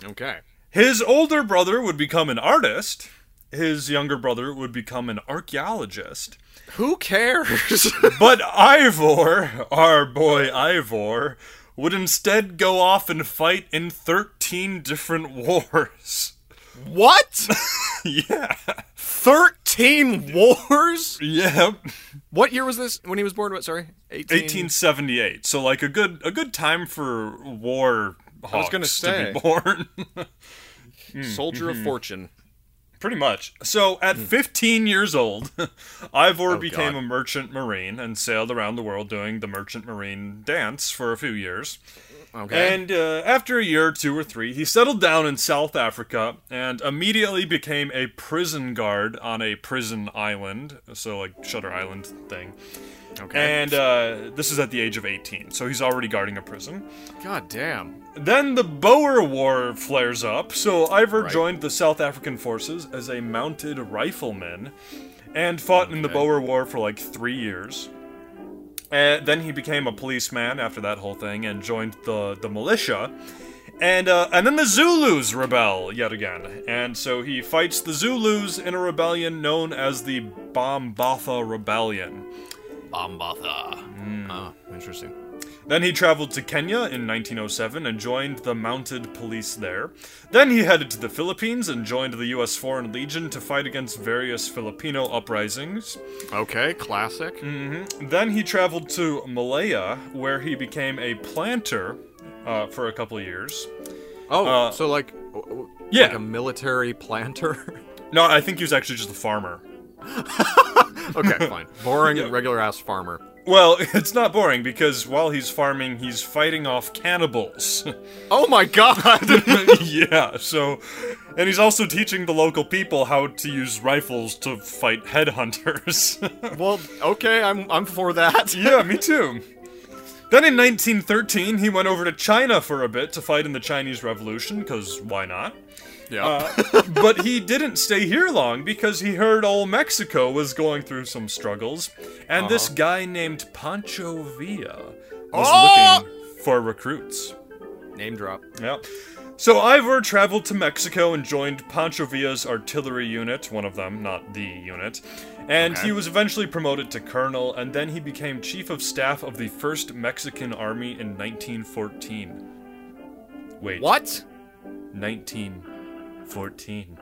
S1: Okay.
S2: His older brother would become an artist. His younger brother would become an archaeologist.
S1: Who cares?
S2: But Ivor, our boy Ivor, would instead go off and fight in 13 different wars.
S1: what?
S2: yeah.
S1: 13 wars?
S2: Yep.
S1: What year was this when he was born? What, sorry? 18.
S2: 1878. So like a good a good time for war hawks
S3: gonna
S2: to
S3: say.
S2: be born.
S3: Hmm.
S1: Soldier of Fortune.
S2: Pretty much. So at 15 years old, Ivor became
S1: God.
S2: a merchant marine and sailed around the world doing the merchant marine dance for a few years.
S1: Okay.
S2: And uh, after a year, or two or three, he settled down in South Africa and immediately became a prison guard on a prison island, so like Shutter Island thing.
S1: okay.
S2: And uh, this is at the age of 18, so he's already guarding a prison.
S1: God damn.
S2: Then the Boer War flares up, so Ivor
S1: Right.
S2: joined the South African forces as a mounted rifleman and fought in the Boer War for like three years. And then he became a policeman after that whole thing and joined the, the militia. And, uh, and then the Zulus rebel yet again. And so he fights the Zulus in a rebellion known as the Bombatha Rebellion.
S1: Bombatha.
S3: Hmm.
S1: Oh, interesting.
S2: Then he traveled to Kenya in 1907 and joined the mounted police there. Then he headed to the Philippines and joined the US Foreign Legion to fight against various Filipino uprisings.
S1: Okay, classic.
S2: Then he traveled to Malaya, where he became a planter uh, for a couple years.
S3: Oh,
S2: Uh,
S3: so like, w- w-
S2: yeah.
S3: like a military planter.
S2: No, I think he was actually just a farmer.
S3: okay, fine. Boring, regular ass farmer.
S2: Well, it's not boring because while he's farming, he's fighting off cannibals.
S3: Oh my god!
S2: yeah, so. And he's also teaching the local people how to use rifles to fight headhunters.
S3: well, okay, I'm I'm for that.
S2: yeah, me too. Then in 1913, he went over to China for a bit to fight in the Chinese Revolution, because why not?
S3: Yeah.
S2: but he didn't stay here long because he heard old Mexico was going through some struggles, and this guy named Pancho Villa was
S1: Oh!
S2: looking for recruits.
S3: Name drop.
S2: Yeah. So Ivor traveled to Mexico and joined Pancho Villa's artillery unit, one of them, not the unit. And he was eventually promoted to colonel, and then he became chief of staff of the 1st Mexican Army in 1914. Wait,
S1: What?
S2: 1914.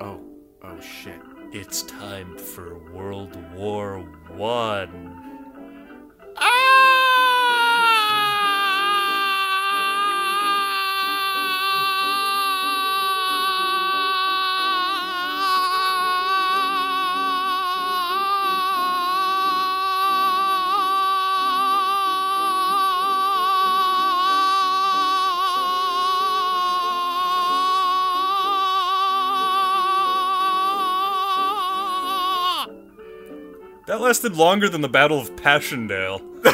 S3: Oh, oh shit.
S2: It's time for World War One. That lasted longer than the Battle of Passchendaele.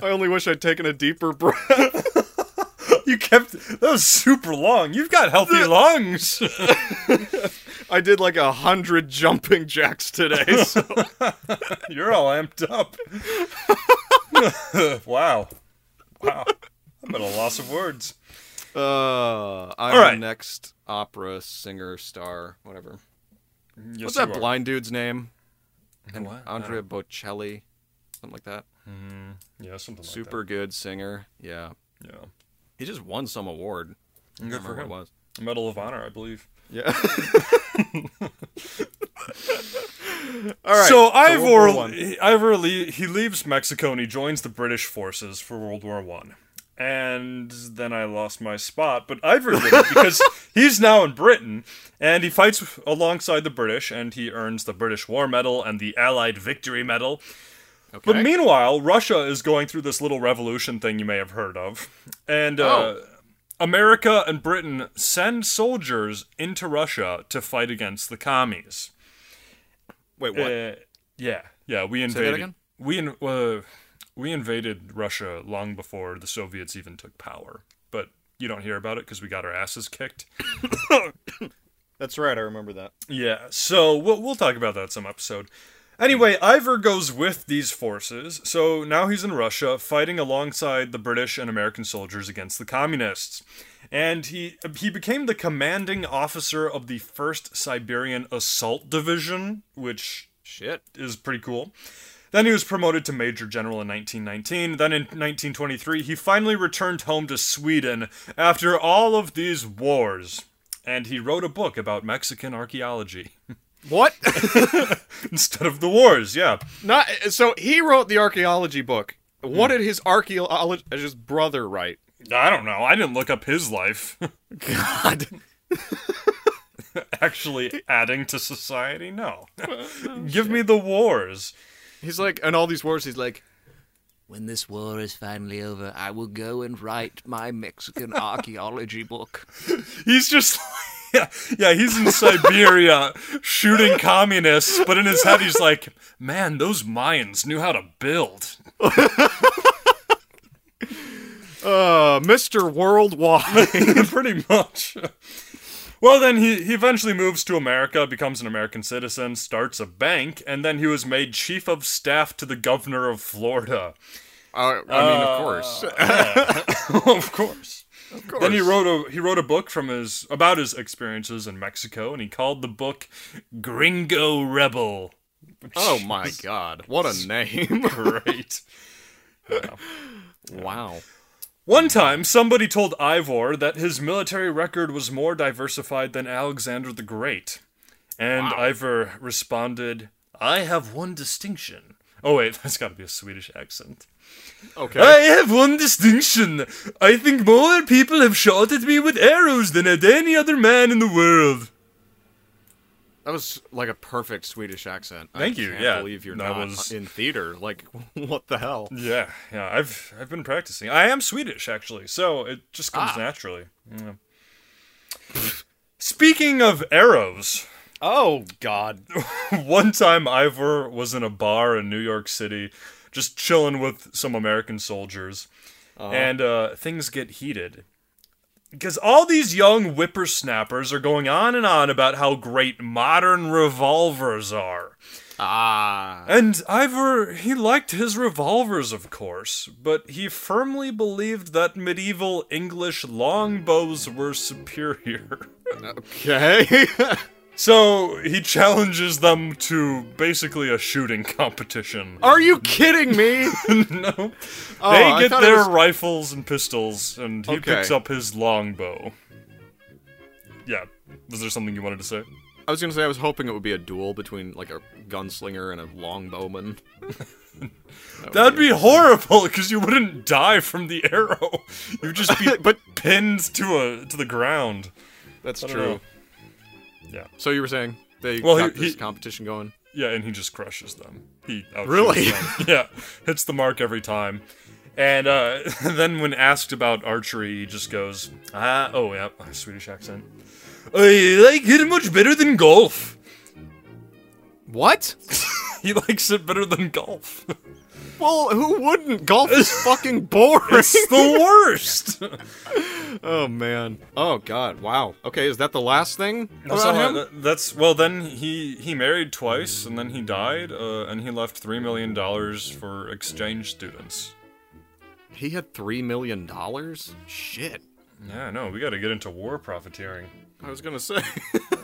S3: I only wish I'd taken a deeper breath.
S2: You kept that was super long. You've got healthy lungs.
S3: I did like a hundred jumping jacks today. So.
S2: You're all amped up. wow. Wow. I'm at a loss of words.
S3: uh,
S2: All
S3: I'm
S2: right.
S3: next opera singer star, whatever.
S2: Yes,
S3: What's
S2: you
S3: that
S2: are.
S3: blind dude's name? And
S2: What?
S3: Andrea Bocelli, something like that.
S2: Um, Yeah, something like
S3: Super good singer. Yeah,
S2: that. Yeah.
S3: he just won some award. I
S2: Good
S3: don't
S2: for
S3: remember
S2: him.
S3: what it was.
S2: Medal of Honor, I believe.
S3: Yeah. All right.
S2: So
S3: World War
S2: Ivor,
S3: One.
S2: Ivor le- he leaves Mexico and he joins the British forces for World War One. And then I lost my spot, but Ivor did it because he's now in Britain and he fights alongside the British and he earns the British War Medal and the Allied Victory Medal. But
S3: Okay.
S1: Oh.
S2: meanwhile, Russia is going through this little revolution thing you may have heard of, and uh, America and Britain send soldiers into Russia to fight against the commies.
S1: Wait, what?
S2: Uh, yeah, yeah, we invaded.
S1: that again?
S2: We in, uh, we invaded Russia long before the Soviets even took power, but you don't hear about it because we got our asses kicked.
S3: That's right, I remember that.
S2: Yeah, so we'll, we'll talk about that some episode. Anyway, Ivor goes with these forces, so now he's in Russia fighting alongside the British and American soldiers against the communists. And he he became the commanding officer of the 1st Siberian Assault Division, which
S1: Shit.
S2: is pretty cool. Then he was promoted to major general in 1919. Then in 1923, he finally returned home to Sweden after all of these wars. And he wrote a book about Mexican archaeology
S3: What?
S2: instead of the wars, yeah.
S3: Not so he wrote the archaeology book. What
S2: Hmm.
S3: did his archaeologist brother write?
S2: I don't know. I didn't look up his life.
S1: God.
S2: Actually, adding to society? No. Give me the wars.
S3: He's like, and all these wars, he's like,
S4: When this war is finally over, I will go and write my Mexican archaeology book.
S2: He's just. Yeah, yeah, he's in Siberia shooting communists, but in his head he's like, man, those Mayans knew how to build.
S3: uh, Mr. Worldwide.
S2: Pretty much. Well, then he, he eventually moves to America, becomes an American citizen, starts a bank, and then he was made chief of staff to the governor of Florida.
S1: Uh, I mean, of course.
S2: of course.
S1: Of course.
S2: Uh, Then he wrote a he wrote a book from his about his experiences in Mexico, and he called the book "Gringo Rebel."
S1: oh my god. What a name.
S2: Great.
S1: wow.
S2: One time, somebody told Ivor that his military record was more diversified than Alexander the Great. And Ivor responded, I have one distinction. Oh, wait, that's gotta be a Swedish accent.
S3: Okay.
S2: I have one distinction. I think more people have shot at me with arrows than at any other man in the world.
S1: That was like a perfect Swedish accent.
S2: Thank
S1: I
S2: you,
S1: Can't
S2: yeah.
S1: believe you're not
S2: That was-
S1: in theater. Like, what the hell?
S2: Yeah, yeah, I've I've been practicing. I am Swedish actually, so it just comes naturally. Yeah. Speaking of arrows,
S3: Oh God.
S2: one time Ivor was in a bar in New York City, just chilling with some American soldiers, and uh, things get heated. Because all these young whippersnappers are going on and on about how great modern revolvers are.
S1: Ah.
S2: And Ivor, he liked his revolvers, of course, but he firmly believed that medieval English longbows were superior.
S1: Okay.
S2: So he challenges them to basically a shooting competition.
S1: Are you kidding me?
S2: no. they
S1: Oh, I
S2: get
S1: thought it
S2: their
S1: was-
S2: rifles and pistols, and he
S1: Okay.
S2: picks up his longbow. Yeah. Was there something you wanted to say?
S1: I was gonna say I was hoping it would be a duel between like a gunslinger and a longbowman.
S2: That'd be horrible because you wouldn't die from the arrow. You'd just be
S1: But-
S2: pinned to a to the ground.
S1: That's
S2: don't
S1: true.
S2: know. Yeah.
S1: So you were saying they
S2: Well,
S1: got
S2: he-
S1: this
S2: he-
S1: competition going?
S2: Yeah, and he just crushes them. He outshoots
S1: Really?
S2: them. yeah, hits the mark every time. And uh, then when asked about archery, he just goes, "Ah, oh yeah, my Swedish accent. I like it much better than golf.
S1: What?
S2: He likes it better than golf.
S1: Well, who wouldn't? Golf is fucking boring.
S2: It's the worst.
S1: oh man. Oh god. Wow. Okay, is that the last thing
S2: So,
S1: about
S2: uh,
S1: him?
S2: th- that's well. Then he he married twice, and then he died, uh, and he left three million dollars for exchange students.
S1: He had three million dollars. Shit.
S2: Yeah, no, we got to get into war profiteering.
S1: I was gonna say.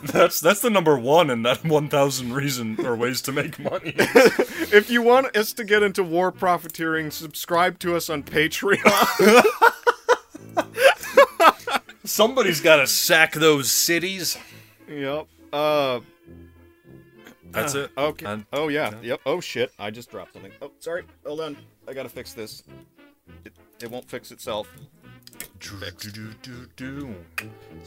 S2: That's that's the number one in that one thousand reason or ways to make money.
S3: If you want us to get into war profiteering, subscribe to us on Patreon.
S2: Somebody's got to sack those cities.
S3: yep. Uh.
S2: That's it.
S3: Okay.
S2: And-
S3: oh yeah. Yep. Oh shit. I just dropped something. Oh, sorry. Hold on. I gotta fix this. It, it won't fix itself.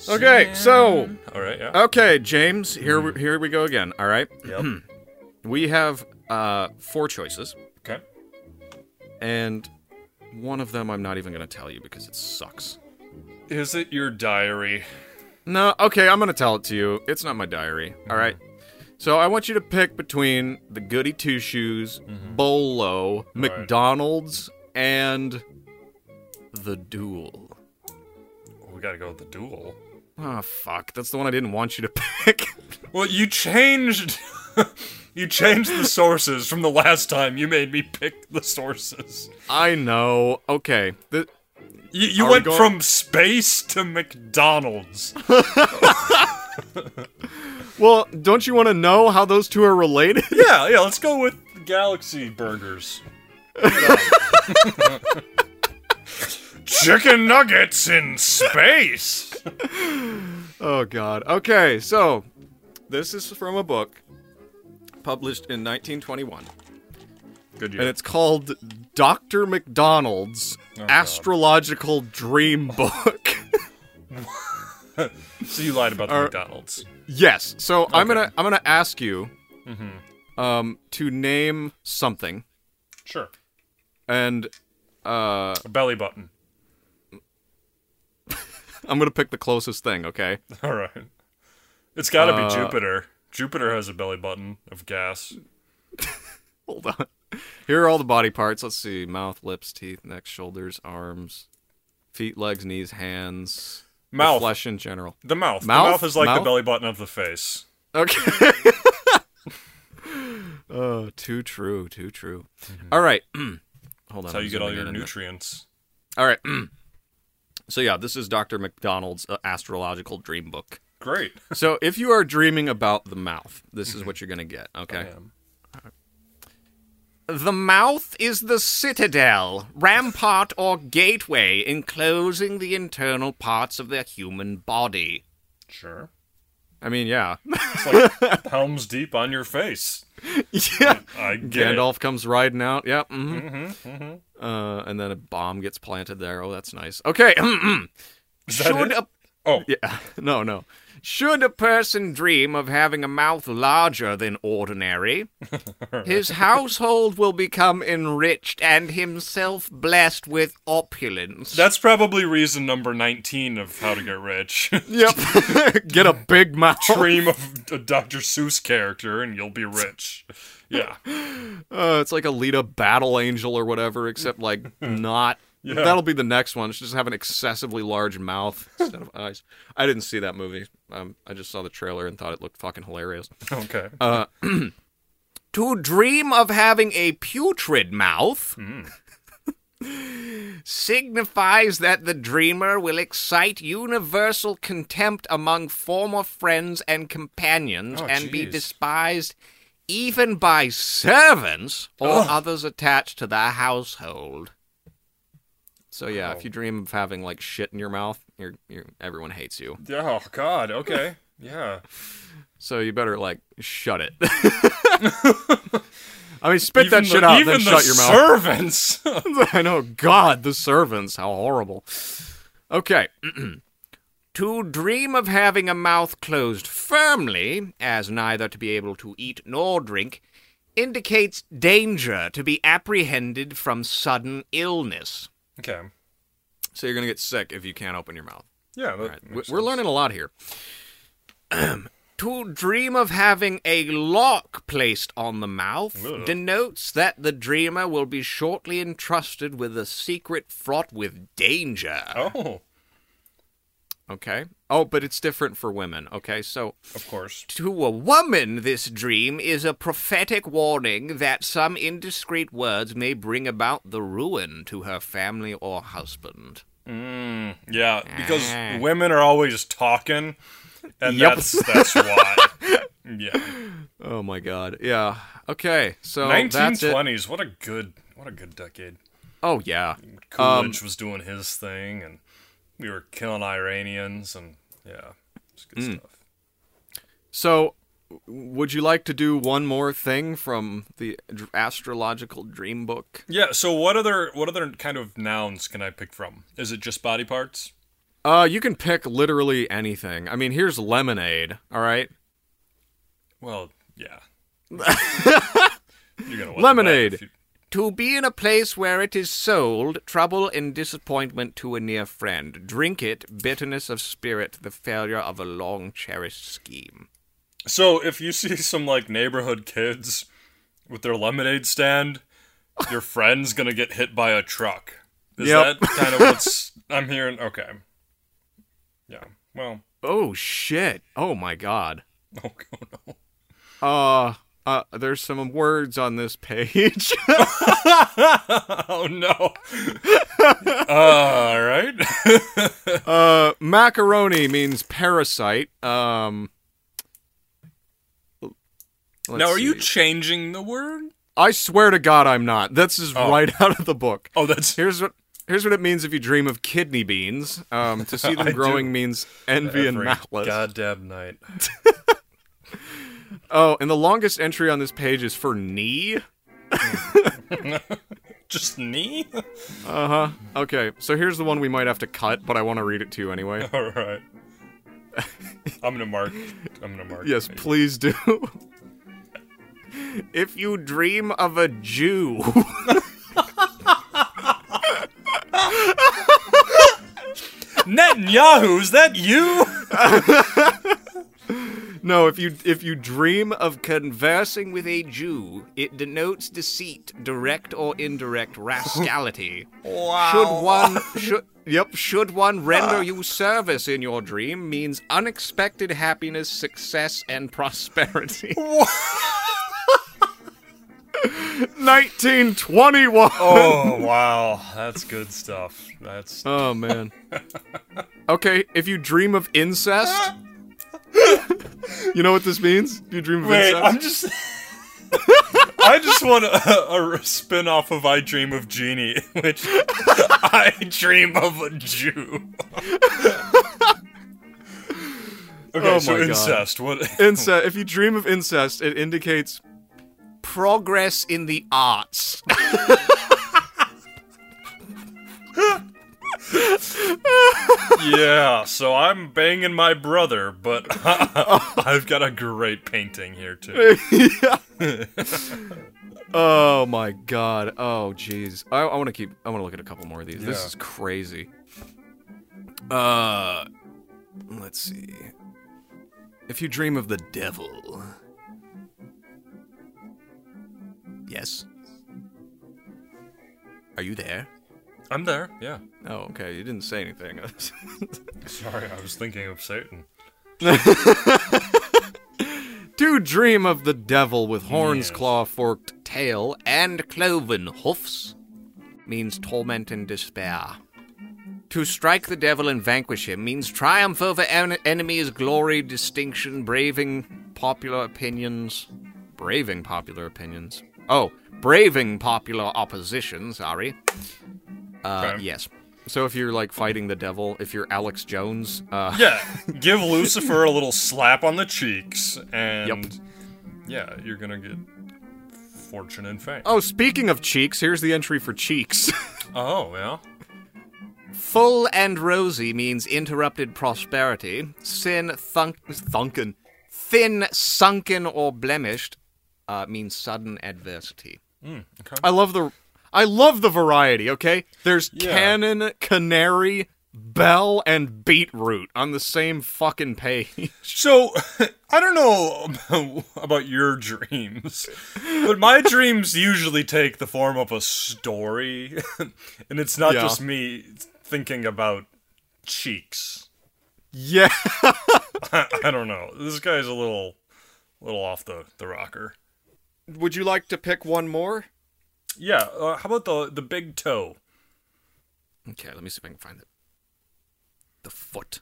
S3: Okay. So.
S2: All right. Yeah.
S1: okay, James. Here, we, here we go again. All right. Hmm.
S2: Yep.
S1: We have uh four choices,
S2: Okay.
S1: and one of them I'm not even gonna tell you because it sucks.
S2: Is it your diary?
S1: No, okay, I'm gonna tell it to you. It's not my diary. All right. So I want you to pick between the Goody Two Shoes, Bolo, McDonald's, and the Duel.
S2: We gotta go with the duel.
S1: Oh fuck, that's the one I didn't want you to pick.
S2: Well, you changed. you changed the sources from the last time you made me pick the sources.
S1: I know. Okay. The,
S2: You, you
S1: Are we
S2: went
S1: going-
S2: from space to McDonald's.
S1: well, don't you want to know how those two are related?
S2: yeah, yeah. Let's go with Galaxy Burgers. Chicken nuggets in space.
S1: Oh god. Okay, so this is from a book published in 1921
S2: Good
S1: and it's called Dr. McDonald's Astrological Dream Book.
S2: So you lied about the McDonald's.
S1: yes. So I'm going to I'm going to ask you um to name something
S2: Sure.
S1: and uh
S2: A belly button.
S1: I'm going to pick the closest thing, okay?
S2: All right. It's got to be Jupiter. Jupiter has a belly button of gas.
S1: Hold on. Here are all the body parts. Let's see. Mouth, lips, teeth, neck, shoulders, arms, feet, legs, knees, hands, the
S2: Mouth.
S1: flesh in general.
S2: The mouth.
S1: Mouth?
S2: The mouth is like
S1: Mouth?
S2: the belly button of the face.
S1: Okay. oh, too true, too true. All right. Hold on.
S2: Mm-hmm. That's how
S1: I'm
S2: you get all
S1: zooming
S2: your
S1: in a minute.
S2: nutrients.
S1: All right. so yeah, this is Dr. McDonald's uh, astrological dream book.
S2: Great.
S1: So if you are dreaming about the mouth, this is
S2: Mm-hmm.
S1: what you're going to get, okay?
S2: Oh,
S1: The mouth is the citadel, rampart or gateway enclosing the internal parts of the human body.
S2: Sure.
S1: I mean, yeah.
S2: It's like palms deep on your face.
S1: yeah.
S2: I get it. Mm-hmm,
S1: Gandalf comes riding out. Yeah. hmm Uh, and then a bomb gets planted there. Oh, that's nice. Okay. mm-hmm.
S2: Is that
S1: should
S2: it?
S1: a
S2: Oh,
S1: yeah, no, no. Should a person dream of having a mouth larger than ordinary, his household will become enriched and himself blessed with opulence.
S2: that's probably reason number 19 of how to get rich.
S1: yep. Get a big mouth.
S2: Dream of a Dr. Seuss character and you'll be rich. Yeah.
S1: Uh, it's like Alita Battle Angel or whatever, except like not. That'll be the next one. She just have an excessively large mouth instead of eyes. I didn't see that movie. Um, I just saw the trailer and thought it looked fucking hilarious.
S2: Okay.
S1: Uh, To dream of having a putrid mouth
S2: Hmm.
S1: signifies that the dreamer will excite universal contempt among former friends and companions
S2: Oh,
S1: and be
S2: jeez.
S1: despised even by servants or others attached to their household. So yeah,
S2: Oh.
S1: if you dream of having like shit in your mouth, you're, you're everyone hates you.
S2: yeah, oh, God. Okay. Yeah.
S1: So you better like shut it. I mean, spit that
S2: the-
S1: shit out, then
S2: even
S1: shut
S2: the
S1: your mouth.
S2: servants.
S1: I know, God, the servants, how horrible. Okay. to dream of having a mouth closed firmly, as neither to be able to eat nor drink, indicates danger to be apprehended from sudden illness.
S2: okay.
S1: So you're going to get sick if you can't open your mouth.
S2: Yeah. That
S1: Right,
S2: makes
S1: We're
S2: sense.
S1: learning a lot here. to dream of having a lock placed on the mouth
S2: Ugh.
S1: denotes that the dreamer will be shortly entrusted with a secret fraught with danger.
S2: Oh,
S1: Okay. Oh, but it's different for women. Okay, so
S2: of course.
S1: to a woman, this dream is a prophetic warning that some indiscreet words may bring about the ruin to her family or husband.
S2: Mm, Yeah, because
S1: Ah.
S2: women are always talking, and
S1: Yep.
S2: that's that's why. yeah,
S1: Oh my God! Yeah. Okay. So
S2: nineteen
S1: that's it.
S2: twenties. What a good what a good decade.
S1: Oh yeah. Um,
S2: Coolidge was doing his thing, and we were killing Iranians, and yeah, it's good
S1: Hmm.
S2: stuff.
S1: So, w- would you like to do one more thing from the dr- astrological dream book?
S2: Yeah. So what other what other kind of nouns can I pick from? Is it just body parts?
S1: Uh, you can pick literally anything. I mean, here's lemonade. All right,
S2: Well, yeah. You're gonna let them have
S1: Lemonade.
S2: if you-
S1: To be in a place where it is sold, trouble and disappointment to a near friend. Drink it, bitterness of spirit, the failure of a long cherished scheme.
S2: So if you see some like neighborhood kids with their lemonade stand, your friend's gonna get hit by a truck. Is
S1: Yep.
S2: that kind of what's I'm hearing? Okay. Yeah. Well.
S1: Oh shit. Oh my god.
S2: Oh no.
S1: Uh uh there's some words on this page.
S2: Oh no. All right.
S1: uh macaroni means parasite. Um let's
S2: now, are you
S1: see.
S2: changing the word?
S1: I swear to god I'm not. This is right out of the book.
S2: Oh, that's
S1: Here's what here's what it means if you dream of kidney beans. Um, to see
S2: I
S1: them
S2: do.
S1: growing means envy and
S2: every
S1: malice.
S2: goddamn night.
S1: Oh, and the longest entry on this page is for knee.
S2: Just knee.
S1: Uh huh. Okay, so here's the one we might have to cut, but I want to read it to you anyway.
S2: All right. I'm gonna mark. I'm gonna mark.
S1: Yes, please do. if you dream of a Jew.
S2: Netanyahu, is that you?
S1: No, if you if you dream of conversing with a Jew, it denotes deceit, direct or indirect rascality.
S2: Wow.
S1: Should one should Yep, should one render you service in your dream means unexpected happiness, success, and prosperity. 1921.
S2: Oh wow, that's good stuff. That's
S1: Oh man. Okay, if you dream of incest, you know what this means? If you dream of
S2: wait.
S1: incest.
S2: I'm just. I just want a, a spin off of I Dream of Genie, which I dream of a Jew. okay,
S1: Oh
S2: so
S1: my God.
S2: incest. What?
S1: Incest. If you dream of incest, it indicates progress in the arts.
S2: yeah, so I'm banging my brother, but I've got a great painting here too.
S1: Oh my god. Oh jeez. I, I want to keep. I want to look at a couple more of these. This
S2: Yeah.
S1: is crazy. Uh, let's see. If you dream of the devil. Yes. Are you there?
S2: I'm there. Yeah.
S1: Oh, okay. You didn't say anything.
S2: Sorry, I was thinking of Satan.
S1: Do dream of the devil with horns,
S2: Yes.
S1: claw, forked tail, and cloven hoofs means torment and despair. To strike the devil and vanquish him means triumph over en- enemies, glory, distinction, braving popular opinions. Braving popular opinions. Oh, braving popular opposition, sorry. Uh,
S2: Okay.
S1: Yes. So if you're like fighting the devil, if you're Alex Jones, uh,
S2: Yeah, give Lucifer a little slap on the cheeks, and
S1: Yep.
S2: yeah, you're gonna get fortune and fame.
S1: Oh, speaking of cheeks, here's the entry for cheeks.
S2: Oh, yeah.
S1: Full and rosy means interrupted prosperity. Sin thunk- thunken. Thin, sunken, or blemished uh, means sudden adversity.
S2: Okay.
S1: I love the I love the variety, okay? There's
S2: Yeah.
S1: cannon, canary, bell, and beetroot on the same fucking page.
S2: So I don't know about your dreams, but my dreams usually take the form of a story, and it's not
S1: Yeah.
S2: just me thinking about cheeks.
S1: yeah.
S2: I don't know. This guy's a little, little off the the rocker.
S1: Would you like to pick one more?
S2: Yeah. Uh, how about the the big toe?
S1: Okay, let me see if I can find it. The foot.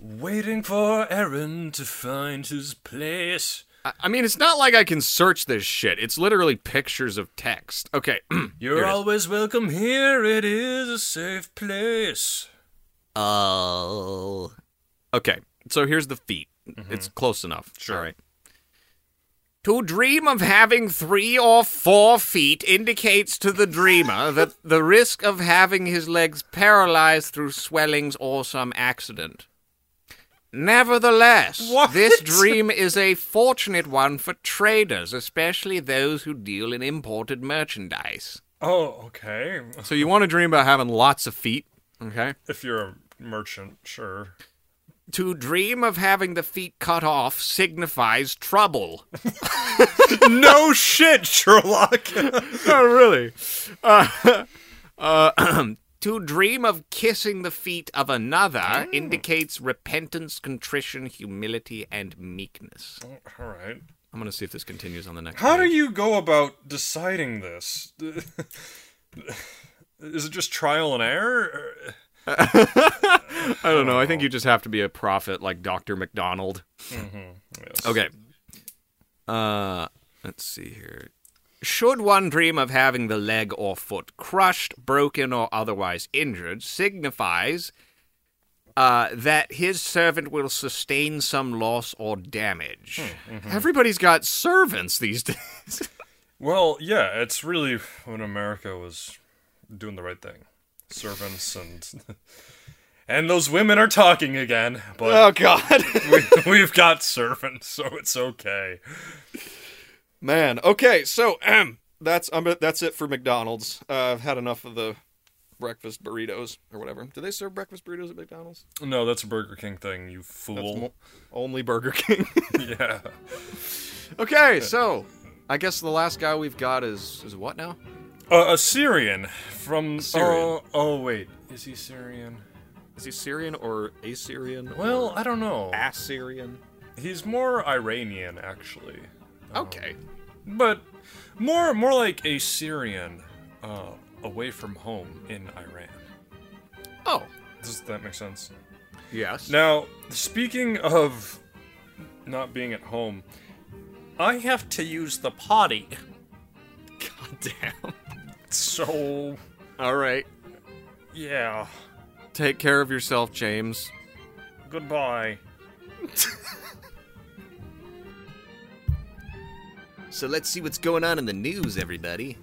S2: Waiting for Aaron to find his place.
S1: I- I mean, it's not like I can search this shit. It's literally pictures of text. Okay.
S2: You're
S1: Here it is.
S2: always welcome here. It is a safe place.
S4: Oh.
S1: Okay, so here's the feet. It's close enough.
S2: Sure.
S1: All right. To dream of having three or four feet indicates to the dreamer that the risk of having his legs paralyzed through swellings or some accident.
S4: Nevertheless,
S2: What?
S4: this dream is a fortunate one for traders, especially those who deal in imported merchandise.
S2: Oh, okay.
S1: So you want to dream about having lots of feet?
S4: Okay.
S2: If you're a merchant, sure.
S4: To dream of having the feet cut off signifies trouble.
S2: no shit, Sherlock.
S1: oh, really? Uh,
S4: Uh, to dream of kissing the feet of another
S1: Ah.
S4: indicates repentance, contrition, humility, and meekness.
S2: All right.
S1: I'm going to see if this continues on the next
S2: How do
S1: page.
S2: you go about deciding this? Is it just trial and error?
S1: I don't know. I think you just have to be a prophet like Dr. McDonald.
S2: Yes.
S1: Okay. Uh, let's see here.
S4: Should one dream of having the leg or foot crushed, broken, or otherwise injured, signifies uh, that his servant will sustain some loss or damage.
S3: Hmm, mm-hmm.
S1: Everybody's got servants these days.
S2: Well, yeah, it's really when America was doing the right thing. Servants and and those women are talking again,
S3: Oh,
S2: but
S1: God.
S2: we, we've got servants, so it's okay.
S3: Man, okay, so um, that's I'm that's it for McDonald's. Uh, I've had enough of the breakfast burritos or whatever. Do they serve breakfast burritos at McDonald's?
S2: No, that's a Burger King thing, you
S3: That's
S2: fool.
S3: mo- only Burger King.
S2: yeah.
S1: okay, so I guess the last guy we've got is is what now?
S2: Uh, a Syrian from
S1: Syrian.
S2: Oh, oh wait, is he Syrian?
S1: Is he Syrian or Assyrian?
S2: Well, I don't know.
S1: Assyrian.
S2: He's more Iranian actually.
S1: Okay.
S2: But more more like a Syrian uh, away from home in Iran.
S1: Oh,
S2: Does that make sense?
S1: yes.
S2: Now, speaking of not being at home, I have to use the potty.
S1: God damn.
S2: So,
S1: All right.
S2: yeah.
S1: Take care of yourself, James.
S2: Goodbye.
S4: So let's see what's going on in the news, everybody.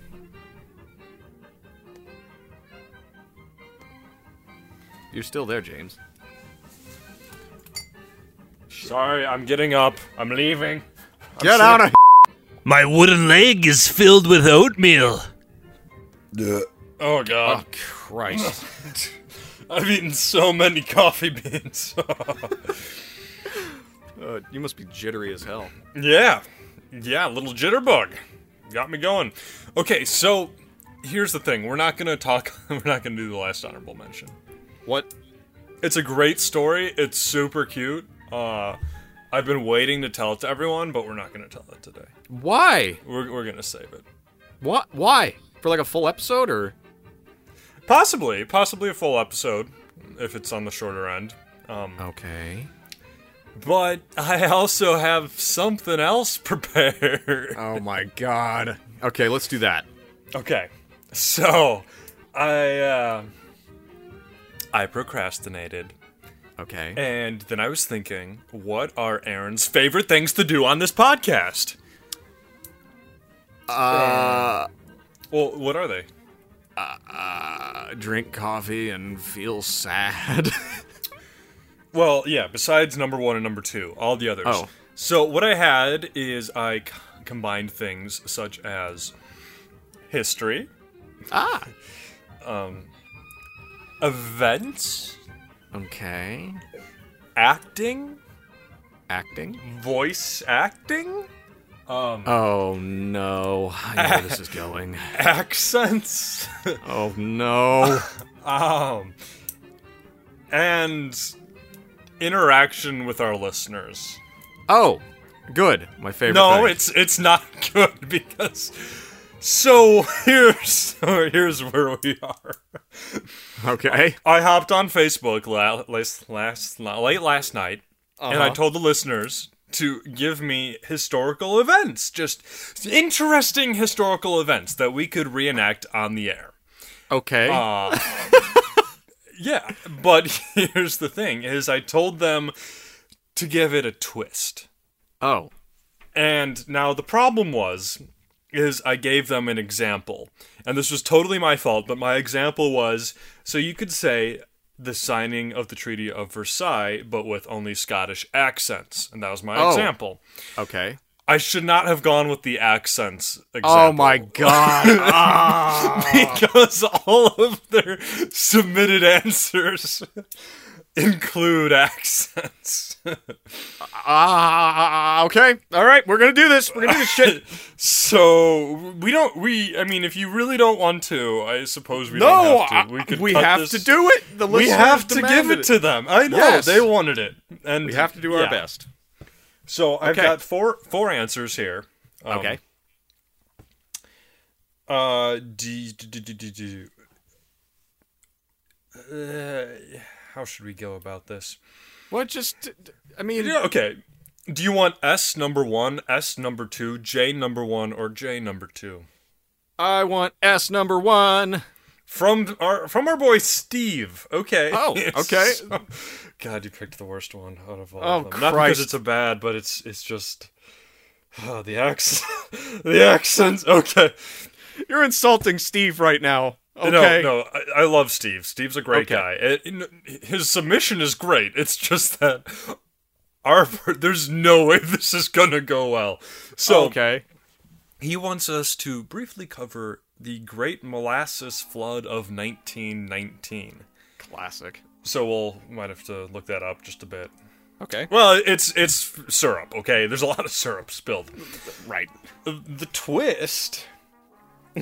S1: You're still there, James.
S2: Sorry, I'm getting up. I'm leaving.
S1: Get out of
S5: My wooden leg is filled with oatmeal.
S2: Oh god.
S1: Christ.
S2: I've eaten so many coffee beans.
S1: Uh, you must be jittery as hell.
S2: Yeah. Yeah, little jitterbug. Got me going. Okay, so here's the thing. We're not going to talk we're not going to do the last honorable mention.
S1: What?
S2: It's a great story. It's super cute. Uh I've been waiting to tell it to everyone, but we're not going to tell it today.
S1: Why?
S2: We're we're going to save it.
S1: What? Why? For like a full episode or?
S2: Possibly, possibly a full episode if it's on the shorter end.
S1: Okay.
S2: But I also have something else prepared.
S1: Oh my god. Okay, let's do that.
S2: Okay, so I uh, I procrastinated,
S1: Okay.
S2: and then I was thinking, what are Aaron's favorite things to do on this podcast? Uh, well, what are they?
S1: Uh, drink coffee and feel sad.
S2: Well, yeah, besides number one and number two, all the others.
S1: Oh.
S2: So what I had is I c- combined things such as history,
S1: ah.
S2: events,
S1: Okay.
S2: acting,
S1: Acting.
S2: voice acting.
S1: Oh no. I know where this is going.
S2: accents.
S1: Oh no.
S2: um, and interaction with our listeners.
S1: Oh, good. My favorite.
S2: No,
S1: thing.
S2: it's it's not good because. So here's here's where we are.
S1: okay.
S2: I hopped on Facebook la- last last ni- late last night, and I told the listeners to give me historical events, just interesting historical events that we could reenact on the air.
S1: Okay.
S2: Yeah, but here's the thing: is I told them to give it a twist,
S1: oh.
S2: and now the problem was, is I gave them an example, and this was totally my fault. But my example was so you could say the signing of the Treaty of Versailles, but with only Scottish accents. And that was my
S1: Oh.
S2: example.
S1: Okay.
S2: I should not have gone with the accents example.
S1: Oh my god. Ah,
S2: because all of their submitted answers include accents.
S1: Ah, okay. All right, we're going to do this. We're going to do this shit.
S2: so we don't. We. I mean, if you really don't want to, I suppose we
S1: No,
S2: don't have to.
S1: I-
S2: could
S1: we
S2: cut
S1: have
S2: this-
S1: to do it. The
S2: We
S1: listeners
S2: have to give
S1: demanded
S2: it to them. I know
S1: Yes.
S2: they wanted it, and
S1: We have to do our
S2: yeah.
S1: best.
S2: So I've
S1: Okay.
S2: got four four answers here. Um,
S1: Okay.
S2: Uh, do, do, do, do, do, do. Uh, how should we go about this?
S1: Well, just I mean,
S2: Yeah, okay. Do you want S number one, S number two, J number one, or J number two?
S1: I want S number 1.
S2: From our from our boy Steve. Okay.
S1: Oh, okay.
S2: So- God, you picked the worst one out of all
S1: Oh,
S2: of them. Not because
S1: Christ.
S2: it's a bad, but it's it's just Ah, the accent. the accents. Okay.
S1: You're insulting Steve right now.
S2: No, no, I, I love Steve. Steve's a great
S1: Okay.
S2: guy. It- it- his submission is great. It's just that our there's no way this is gonna go well. So
S1: Okay.
S2: he wants us to briefly cover the Great Molasses Flood of 1919.
S1: Classic.
S2: So we'll might have to look that up just a bit.
S1: Okay.
S2: Well, it's it's syrup. Okay, there's a lot of syrup spilled.
S1: Right.
S2: The, the twist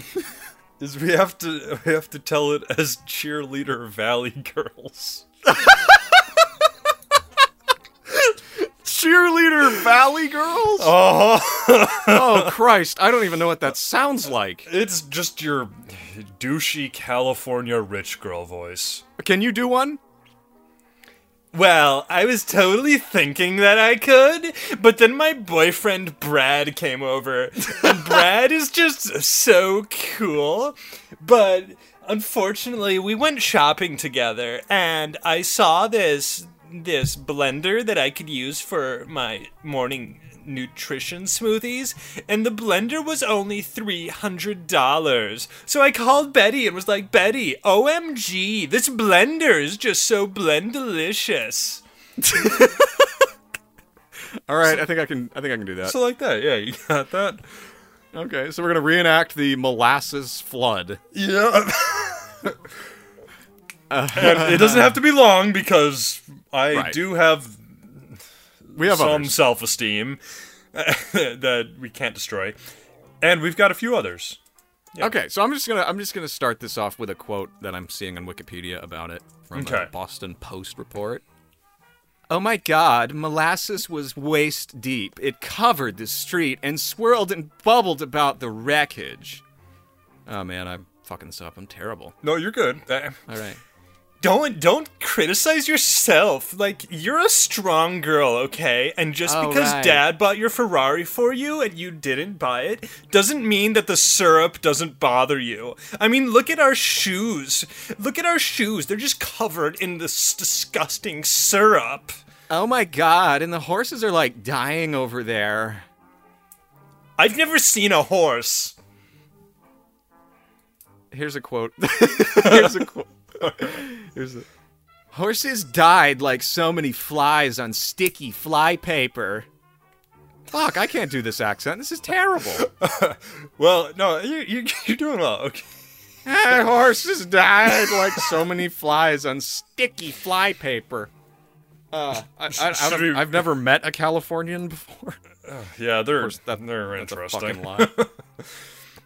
S2: is we have to we have to tell it as cheerleader Valley Girls.
S1: Cheerleader Valley Girls? Oh. Christ. I don't even know what that sounds like.
S2: It's just your douchey California rich girl voice.
S1: Can you do one?
S2: Well, I was totally thinking that I could, but then my boyfriend Brad came over. And Brad is just so cool. But unfortunately, we went shopping together and I saw this this blender that I could use for my morning nutrition smoothies and the blender was only $300. So I called Betty and was like, "Betty, OMG, this blender is just so blendelicious."
S1: All right, I think I can I think I can do that.
S2: So like that. Yeah, you got that.
S1: okay, so we're going to reenact the molasses flood.
S2: Yeah. and it doesn't have to be long because I
S1: Right.
S2: do have
S1: We have
S2: some
S1: others.
S2: self esteem that we can't destroy. And we've got a few others.
S1: Okay, so I'm just going to I'm just going to start this off with a quote that I'm seeing on Wikipedia about it from
S2: Okay.
S1: the Boston Post report. Oh my god, molasses was waist deep. It covered the street and swirled and bubbled about the wreckage. Oh man, I'm fucking this up. I'm terrible.
S2: No, you're good. Uh,
S1: All right.
S2: Don't don't criticize yourself. Like you're a strong girl, okay? And just
S1: Oh,
S2: because
S1: right.
S2: dad bought your Ferrari for you and you didn't buy it doesn't mean that the syrup doesn't bother you. I mean, look at our shoes. Look at our shoes. They're just covered in this disgusting syrup.
S1: Oh my god, and the horses are like dying over there.
S2: I've never seen a horse.
S1: Here's a quote. Here's a quote. Here's a Horses died like so many flies on sticky fly paper. Fuck, I can't do this accent. This is terrible.
S2: Well, no, you, you you're doing well. Okay.
S1: Eh, horses died like so many flies on sticky fly paper. Uh, I, I, I
S2: Should we-
S1: don't, I've never met a Californian before.
S2: Yeah, they're they're
S1: That's a
S2: interesting.
S1: fucking lie.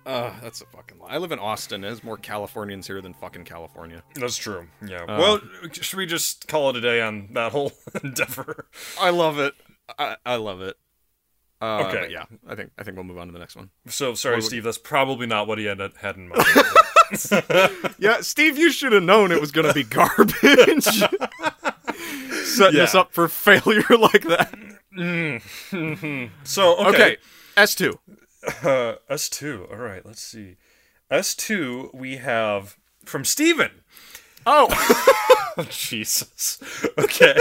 S1: Uh, that's a fucking lie. I live in Austin. There's more Californians here than fucking California.
S2: That's true. Yeah. well, should we just call it a day on that whole endeavor?
S1: I love it. I, I love it. Uh,
S2: Okay.
S1: but yeah. I think I think we'll move on to the next one.
S2: So sorry, Steve. That's probably not what he had, had in mind.
S1: Yeah, Steve, you should have known it was gonna be garbage. Setting us
S2: Yeah.
S1: up for failure like that.
S2: so
S1: Okay,
S2: okay,
S1: S two.
S2: Uh, S two. All right, let's see. S two. We have from Steven.
S1: Oh,
S2: Jesus. Okay.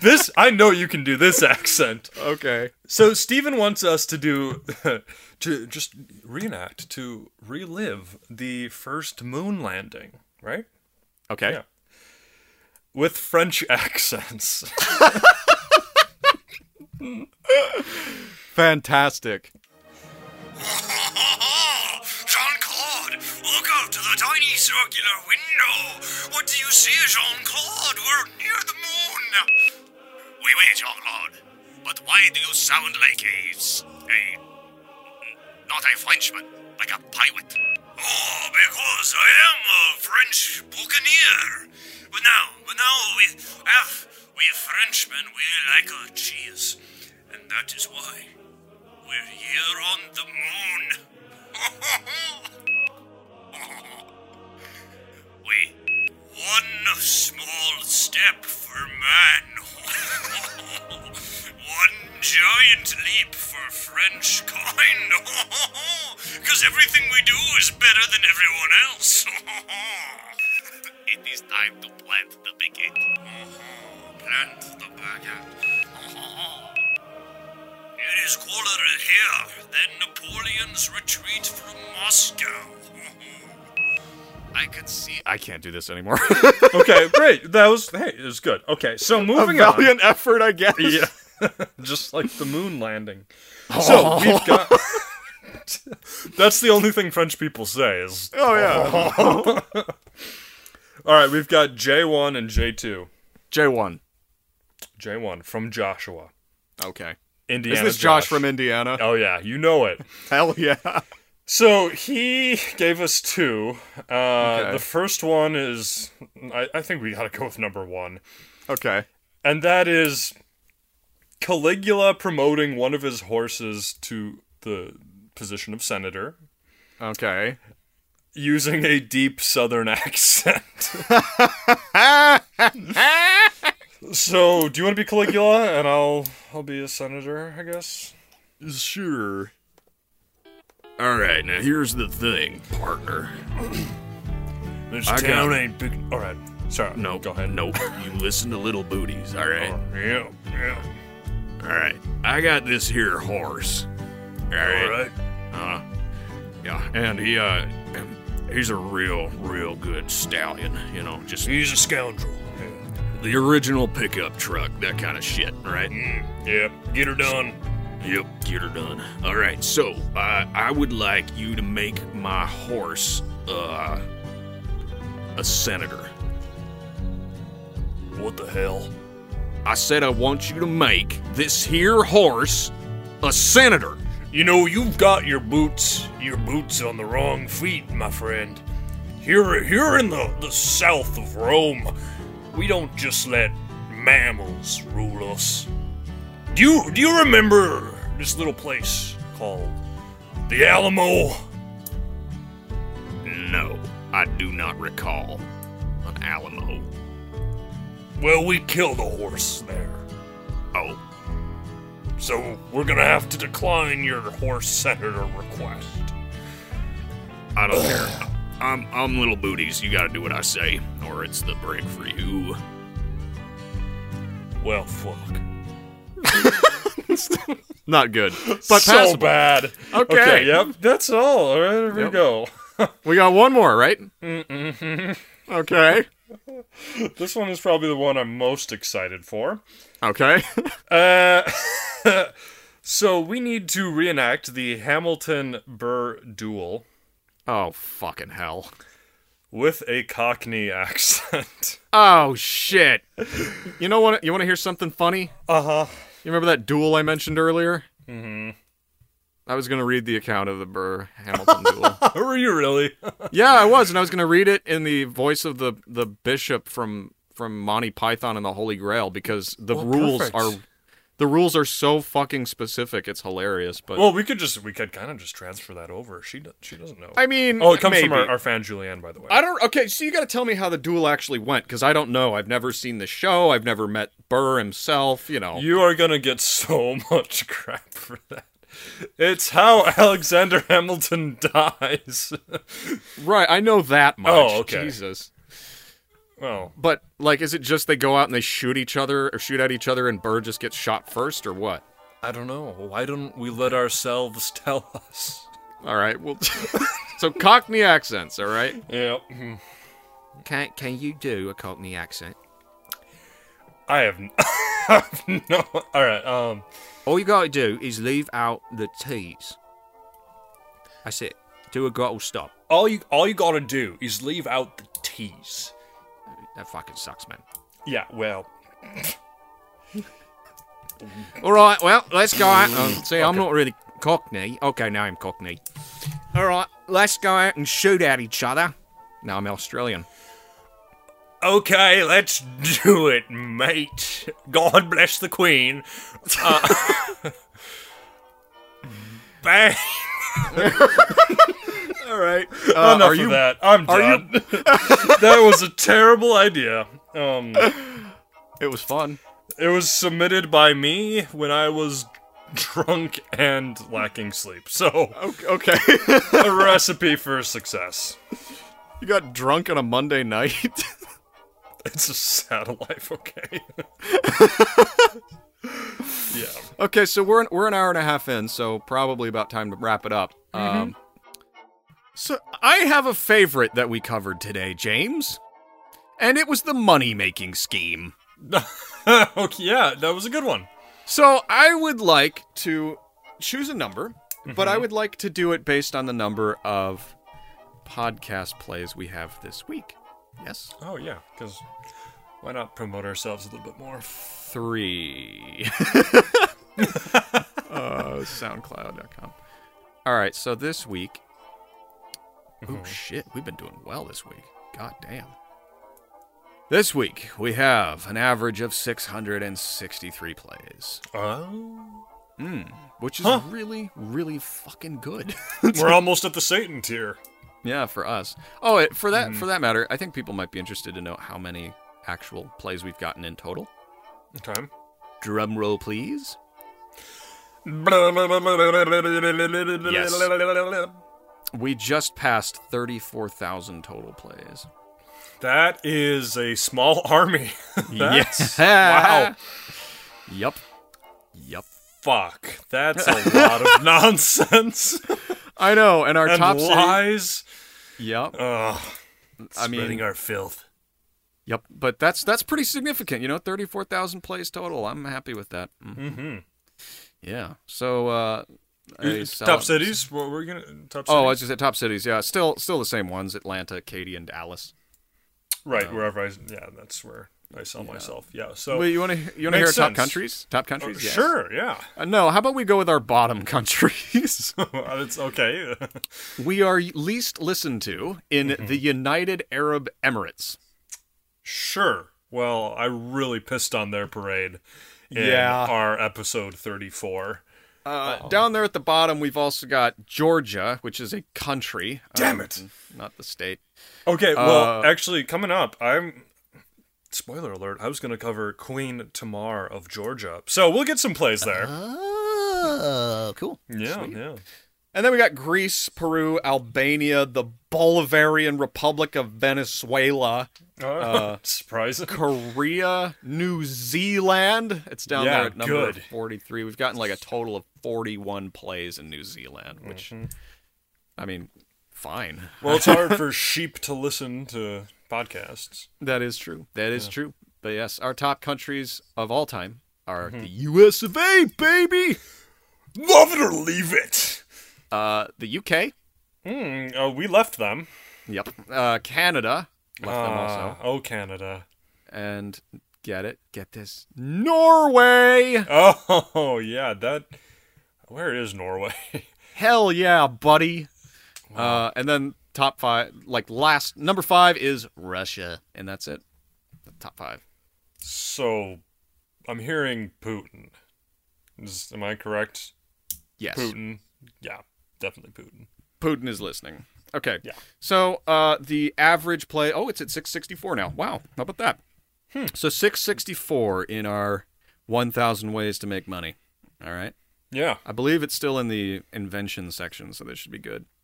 S2: this I know you can do this accent.
S1: okay.
S2: So Steven wants us to do to just reenact to relive the first moon landing, right?
S1: Okay.
S2: Yeah. with French accents.
S1: Fantastic.
S6: Jean Claude, look out to the tiny circular window. What do you see, Jean Claude? We're near the moon. We wait, Jean Claude. But why do you sound like a. s- a. not a Frenchman, like a pirate? Oh, because I am a French buccaneer. But now, but now we have. we Frenchmen, we like a cheese. And that is why. We're here on the moon. Wait, one small step for man, one giant leap for French kind. Because everything we do is better than everyone else. it is time to plant the bigot. Plant the baguette. It is colder here than Napoleon's retreat from Moscow.
S3: I could see. I can't do this anymore.
S2: okay, great. That was hey, it was good. Okay, so moving on.
S1: Valiant effort, I guess.
S2: Yeah. Just like the moon landing. So
S1: Oh.
S2: we've got That's the only thing French people say is
S1: Oh yeah.
S2: Alright, we've got J one and J two.
S3: J1.
S2: J one from Joshua.
S3: Okay.
S2: Indiana.
S1: Is this Josh
S2: Josh
S1: from Indiana?
S2: Oh yeah, you know it.
S1: Hell yeah.
S2: So he gave us two. Uh, The first one is, I, I think we gotta go with number one,
S1: Okay.
S2: and that is Caligula promoting one of his horses to the position of senator
S1: Okay.
S2: using a deep southern accent. so, do you want to be Caligula, and I'll I'll be a senator, I guess.
S3: Sure. All right, now here's the thing, partner.
S2: This
S3: I got
S2: town
S3: it.
S2: ain't big. All right, sorry.
S3: No,
S2: go ahead.
S3: No, you listen to little booties, all right?
S2: Yeah, yeah.
S3: All right. I got this here horse. All right.
S2: All right.
S3: Yeah, and he uh, he's a real, real good stallion. You know, just
S2: He's a scoundrel.
S3: the original pickup truck, that kind of shit, right?
S2: Yep, get her done.
S3: Yep, get her done. All right, so uh, I would like you to make my horse uh, a senator.
S2: What the hell?
S3: I said I want you to make this here horse a senator.
S2: You know, you've got your boots, your boots on the wrong feet, my friend. Here, here in the, the south of Rome, we don't just let mammals rule us. Do you, do you remember this little place called the Alamo?
S3: No, I do not recall an Alamo.
S2: Well, we killed a horse there.
S3: Oh,
S2: So we're gonna have to decline your horse senator request.
S3: I don't care. I'm I'm little booties. You gotta do what I say, or it's the break for you.
S2: Well, fuck.
S1: Not good. But
S2: so
S1: passable.
S2: bad.
S1: Okay.
S2: Yep. That's all. All right. Here we go.
S1: We got one more, right? Okay.
S2: This one is probably the one I'm most excited for.
S1: Okay.
S2: Uh, so we need to reenact the Hamilton Burr duel
S1: oh fucking hell.
S2: with a Cockney accent.
S1: Oh shit. You know what? You want to hear something funny?
S2: Uh huh.
S1: You remember that duel I mentioned earlier? Mm-hmm. I was gonna read the account of the Burr Hamilton duel.
S2: Are you really?
S1: Yeah, I was, and I was gonna read it in the voice of the the bishop from from Monty Python and the Holy Grail because the rules
S2: perfect.
S1: are the rules are so fucking specific. It's hilarious, but
S2: well, we could just we could kind of just transfer that over. She do- she doesn't know.
S1: I mean,
S2: oh, it comes from
S1: maybe.
S2: our, our fan Julianne, by the way.
S1: I don't. Okay, so you got to tell me how the duel actually went because I don't know. I've never seen the show. I've never met Burr himself. You know.
S2: You are gonna get so much crap for that. It's how Alexander Hamilton dies.
S1: right. I know that much.
S2: Oh, okay.
S1: Jesus.
S2: well,
S1: But like, is it just they go out and they shoot each other or shoot at each other and Burr just gets shot first or what?
S2: I don't know. Why don't we let ourselves tell us?
S1: All right. Well. so Cockney accents. All right.
S2: Yep.
S7: Can can you do a Cockney accent?
S2: I have n- no. All right. Um.
S4: All you gotta do is leave out the T's. That's it. Do a glottal stop.
S2: All you all you gotta do is leave out the T's.
S4: That fucking sucks, man.
S2: Yeah. Well.
S4: All right, well, let's go out. and see, I'm not really cockney. Okay, now I'm cockney. All right, let's go out and shoot at each other. Now I'm Australian.
S2: Okay, let's do it, mate. God bless the Queen. Uh, bang. All right. Enough
S3: Uh, are
S2: of
S3: you-
S2: that. I'm done. that was a terrible idea. Um,
S3: It was fun.
S2: it was submitted by me when I was drunk and lacking sleep. So,
S3: Okay.
S2: a recipe for success.
S3: you got drunk on a Monday night.
S2: It's a sad life, okay? yeah.
S3: okay, so we're an, we're an hour and a half in, so probably about time to wrap it up. Um,
S1: So I have a favorite that we covered today, James. And it was the money making scheme.
S2: okay, Oh, yeah, that was a good one.
S3: so I would like to choose a number, but I would like to do it based on the number of
S1: Podcast plays we have this week. Yes.
S2: Oh, yeah, because why not promote ourselves a little bit more?
S1: Three. uh, SoundCloud.com. All right, so this week. Oh, shit. We've been doing well this week. God damn. This week, we have an average of 663 plays,
S2: Oh.
S1: which is
S2: Huh.
S1: really, really fucking good.
S2: We're almost at the Satan tier.
S1: yeah, for us. Oh, it, for that for that matter, I think people might be interested to know how many actual plays we've gotten in total.
S2: Okay.
S1: Drum roll, please.
S2: Yes.
S1: We just passed 34,000 total plays.
S2: That is a small army. That's, Wow.
S1: Yup. Yup.
S2: Fuck. That's a lot of nonsense
S1: I know, and our
S2: and
S1: top city.
S2: lies.
S1: Yup.
S2: Ugh.
S1: I mean,
S2: Spreading our filth.
S1: yup. But that's that's pretty significant, you know. Thirty-four thousand plays total. I'm happy with that. Mm.
S2: Mm-hmm.
S1: Yeah. So, uh, a
S2: top
S1: solid-
S2: cities. What were you gonna? Top
S1: Oh, I was
S2: cities.
S1: just at top cities. Yeah, still still the same ones: Atlanta, Katy, and Dallas.
S2: right. Wherever I, yeah, that's where I sell myself. Yeah. So
S1: Wait, you want to you want to hear
S2: Oh. Makes
S1: our top
S2: sense. Oh,
S1: countries? Top countries? yes.
S2: sure. Yeah.
S1: Uh, no, how about we go with our bottom countries?
S2: it's okay.
S1: we are least listened to in
S2: Mm-hmm.
S1: the United Arab Emirates.
S2: sure. Well, I really pissed on their parade. In
S3: Yeah.
S2: Our episode thirty-four.
S1: Uh,
S2: Oh.
S1: down there at the bottom, we've also got Georgia, which is a country.
S2: Damn
S1: um,
S2: it.
S1: Not the state.
S2: Okay. Well,
S1: Uh,
S2: actually, coming up, I'm. Spoiler alert! I was going to cover Queen Tamar of Georgia, so we'll get some plays there.
S1: Oh, cool.
S2: yeah, yeah.
S3: And then we got Greece, Peru, Albania, the Bolivarian Republic of Venezuela,
S2: Uh, surprising.
S3: Korea, New Zealand. It's down
S2: Yeah,
S3: there at number
S2: good.
S3: 43. We've gotten like a total of 41 plays in New Zealand, which,
S2: Mm-hmm.
S3: I mean, fine.
S2: Well, it's hard for sheep to listen to podcasts.
S3: That is true. That is true. But yes, our top countries of all time are the US of A, baby!
S2: Love it or leave it.
S3: Uh, the UK,
S2: Mm, uh, we left them.
S3: yep. Uh, Canada, left them also.
S2: Ah, Oh, Canada.
S3: And get it, get this Norway!
S2: Oh, yeah. That. Where is Norway?
S3: Hell yeah, buddy. Uh, and then top five, like last number five is Russia, and that's it. The top five.
S2: so, I'm hearing Putin. Is, am I correct?
S3: Yes, Putin,
S2: Putin. Yeah, definitely Putin.
S3: is listening. Okay.
S2: Yeah.
S3: So uh, the average play. Oh, it's at 664 now. Wow. How about that? So 664 in our 1,000 ways to make money. All right.
S2: Yeah.
S3: I believe it's still in the invention section, so this should be good.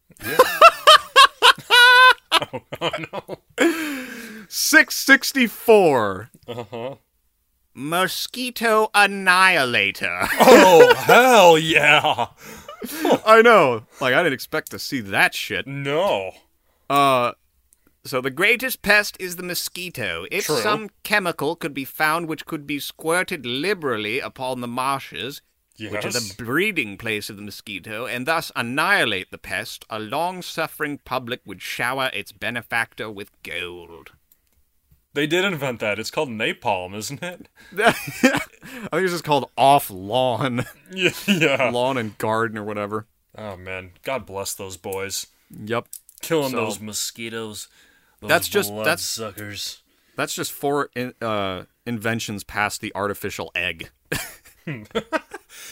S3: Six sixty-four. Uh-huh.
S4: Mosquito Annihilator.
S2: Oh, hell yeah.
S3: Oh, I know. Like I didn't expect to see that shit.
S2: No.
S3: Uh,
S1: So the greatest pest is the mosquito. If
S2: True.
S1: some chemical could be found which could be squirted liberally upon the marshes, which are the
S2: Yes.
S1: breeding place of the mosquito, and thus annihilate the pest, a long suffering public would shower its benefactor with gold.
S2: They did invent that. It's called napalm, isn't it?
S1: I think it's just called off lawn,
S2: Yeah. yeah.
S1: lawn and garden or whatever.
S2: Oh man, God bless those boys.
S1: Yep.
S2: Killing
S1: So-
S2: those mosquitoes. Those
S1: That's just- that's-
S2: suckers.
S1: That's just four in, uh, inventions past the artificial egg.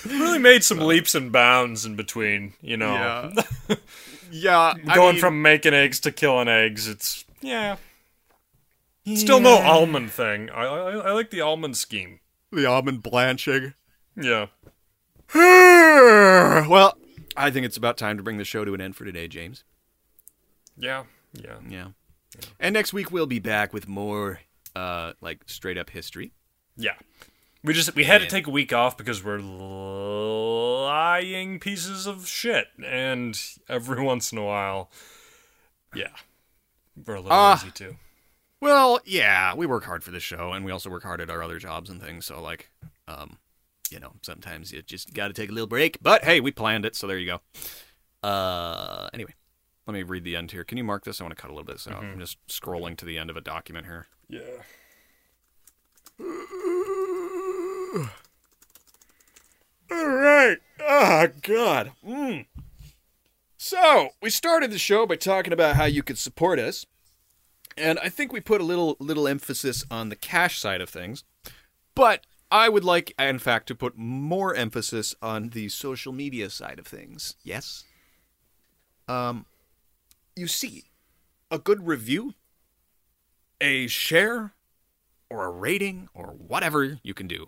S2: Really made some leaps and bounds in between, you know.
S1: yeah. I
S2: Going
S1: mean-
S2: from making eggs to killing eggs, it's yeah. Still no almond thing. I, I I like the almond scheme.
S1: the almond blanching.
S2: Yeah.
S1: well, I think it's about time to bring the show to an end for today, James.
S2: Yeah. Yeah.
S1: Yeah. And next week we'll be back with more uh like straight up history.
S2: Yeah. We just we had to take a week off because we're lying pieces of shit, and every once in a while, yeah, we're a little
S1: Ah.
S2: lazy too.
S1: Well, yeah, we work hard for this show and we also work hard at our other jobs and things, so like um you know, sometimes you just got to take a little break, but hey, we planned it, so there you go. Uh anyway, let me read the end here. Can you mark this? I want to cut a little bit of this out. I'm just scrolling to the end of a document here.
S2: Yeah.
S3: All right.
S1: Ah,
S3: Oh, God. Mm. So, we started the show by talking about how you could support us.
S1: and I think we put a little little emphasis on the cash side of things, but I would like, in fact, to put more emphasis on the social media side of things. Yes. Um, you see, a good review, a share, or a rating, or whatever you can do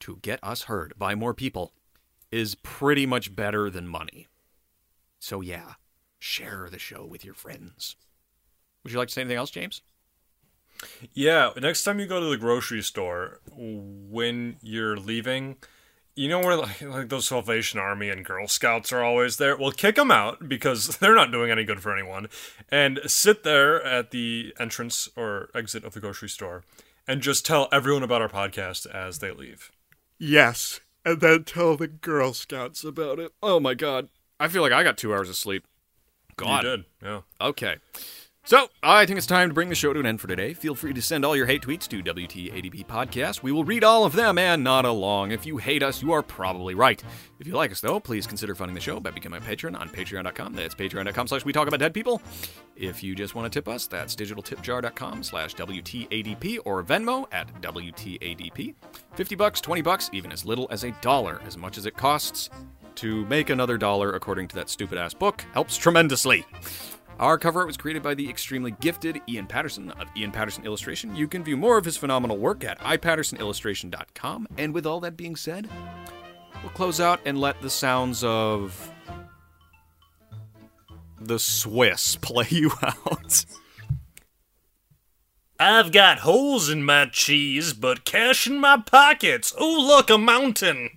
S1: to get us heard by more people is pretty much better than money. So yeah, share the show with your friends. Would you like to say anything else, James?
S2: Yeah. Next time you go to the grocery store, when you're leaving, you know where like, like those Salvation Army and Girl Scouts are always there. Well, kick them out because they're not doing any good for anyone, and sit there at the entrance or exit of the grocery store, and just tell everyone about our podcast as they leave.
S3: Yes. And then tell the Girl Scouts about
S1: uh,
S3: it. Oh, my God.
S1: I feel like I got two hours of sleep. God.
S2: You did, yeah.
S1: Okay. So, I think it's time to bring the show to an end for today. Feel free to send all your hate tweets to WTADP Podcast. We will read all of them and not a long. If you hate us, you are probably right. If you like us, though, please consider funding the show by becoming a patron on patreon.com. That's patreon.com slash we talk about dead people. If you just want to tip us, that's digitaltipjar.com slash WTADP or Venmo at WTADP. 50 bucks, 20 bucks, even as little as a dollar, as much as it costs to make another dollar according to that stupid ass book, helps tremendously. Our cover art was created by the extremely gifted Ian Patterson of Ian Patterson Illustration. You can view more of his phenomenal work at ipattersonillustration.com. And with all that being said, we'll close out and let the sounds of the Swiss play you out.
S2: I've got holes in my cheese, but cash in my pockets. Oh, look, a mountain.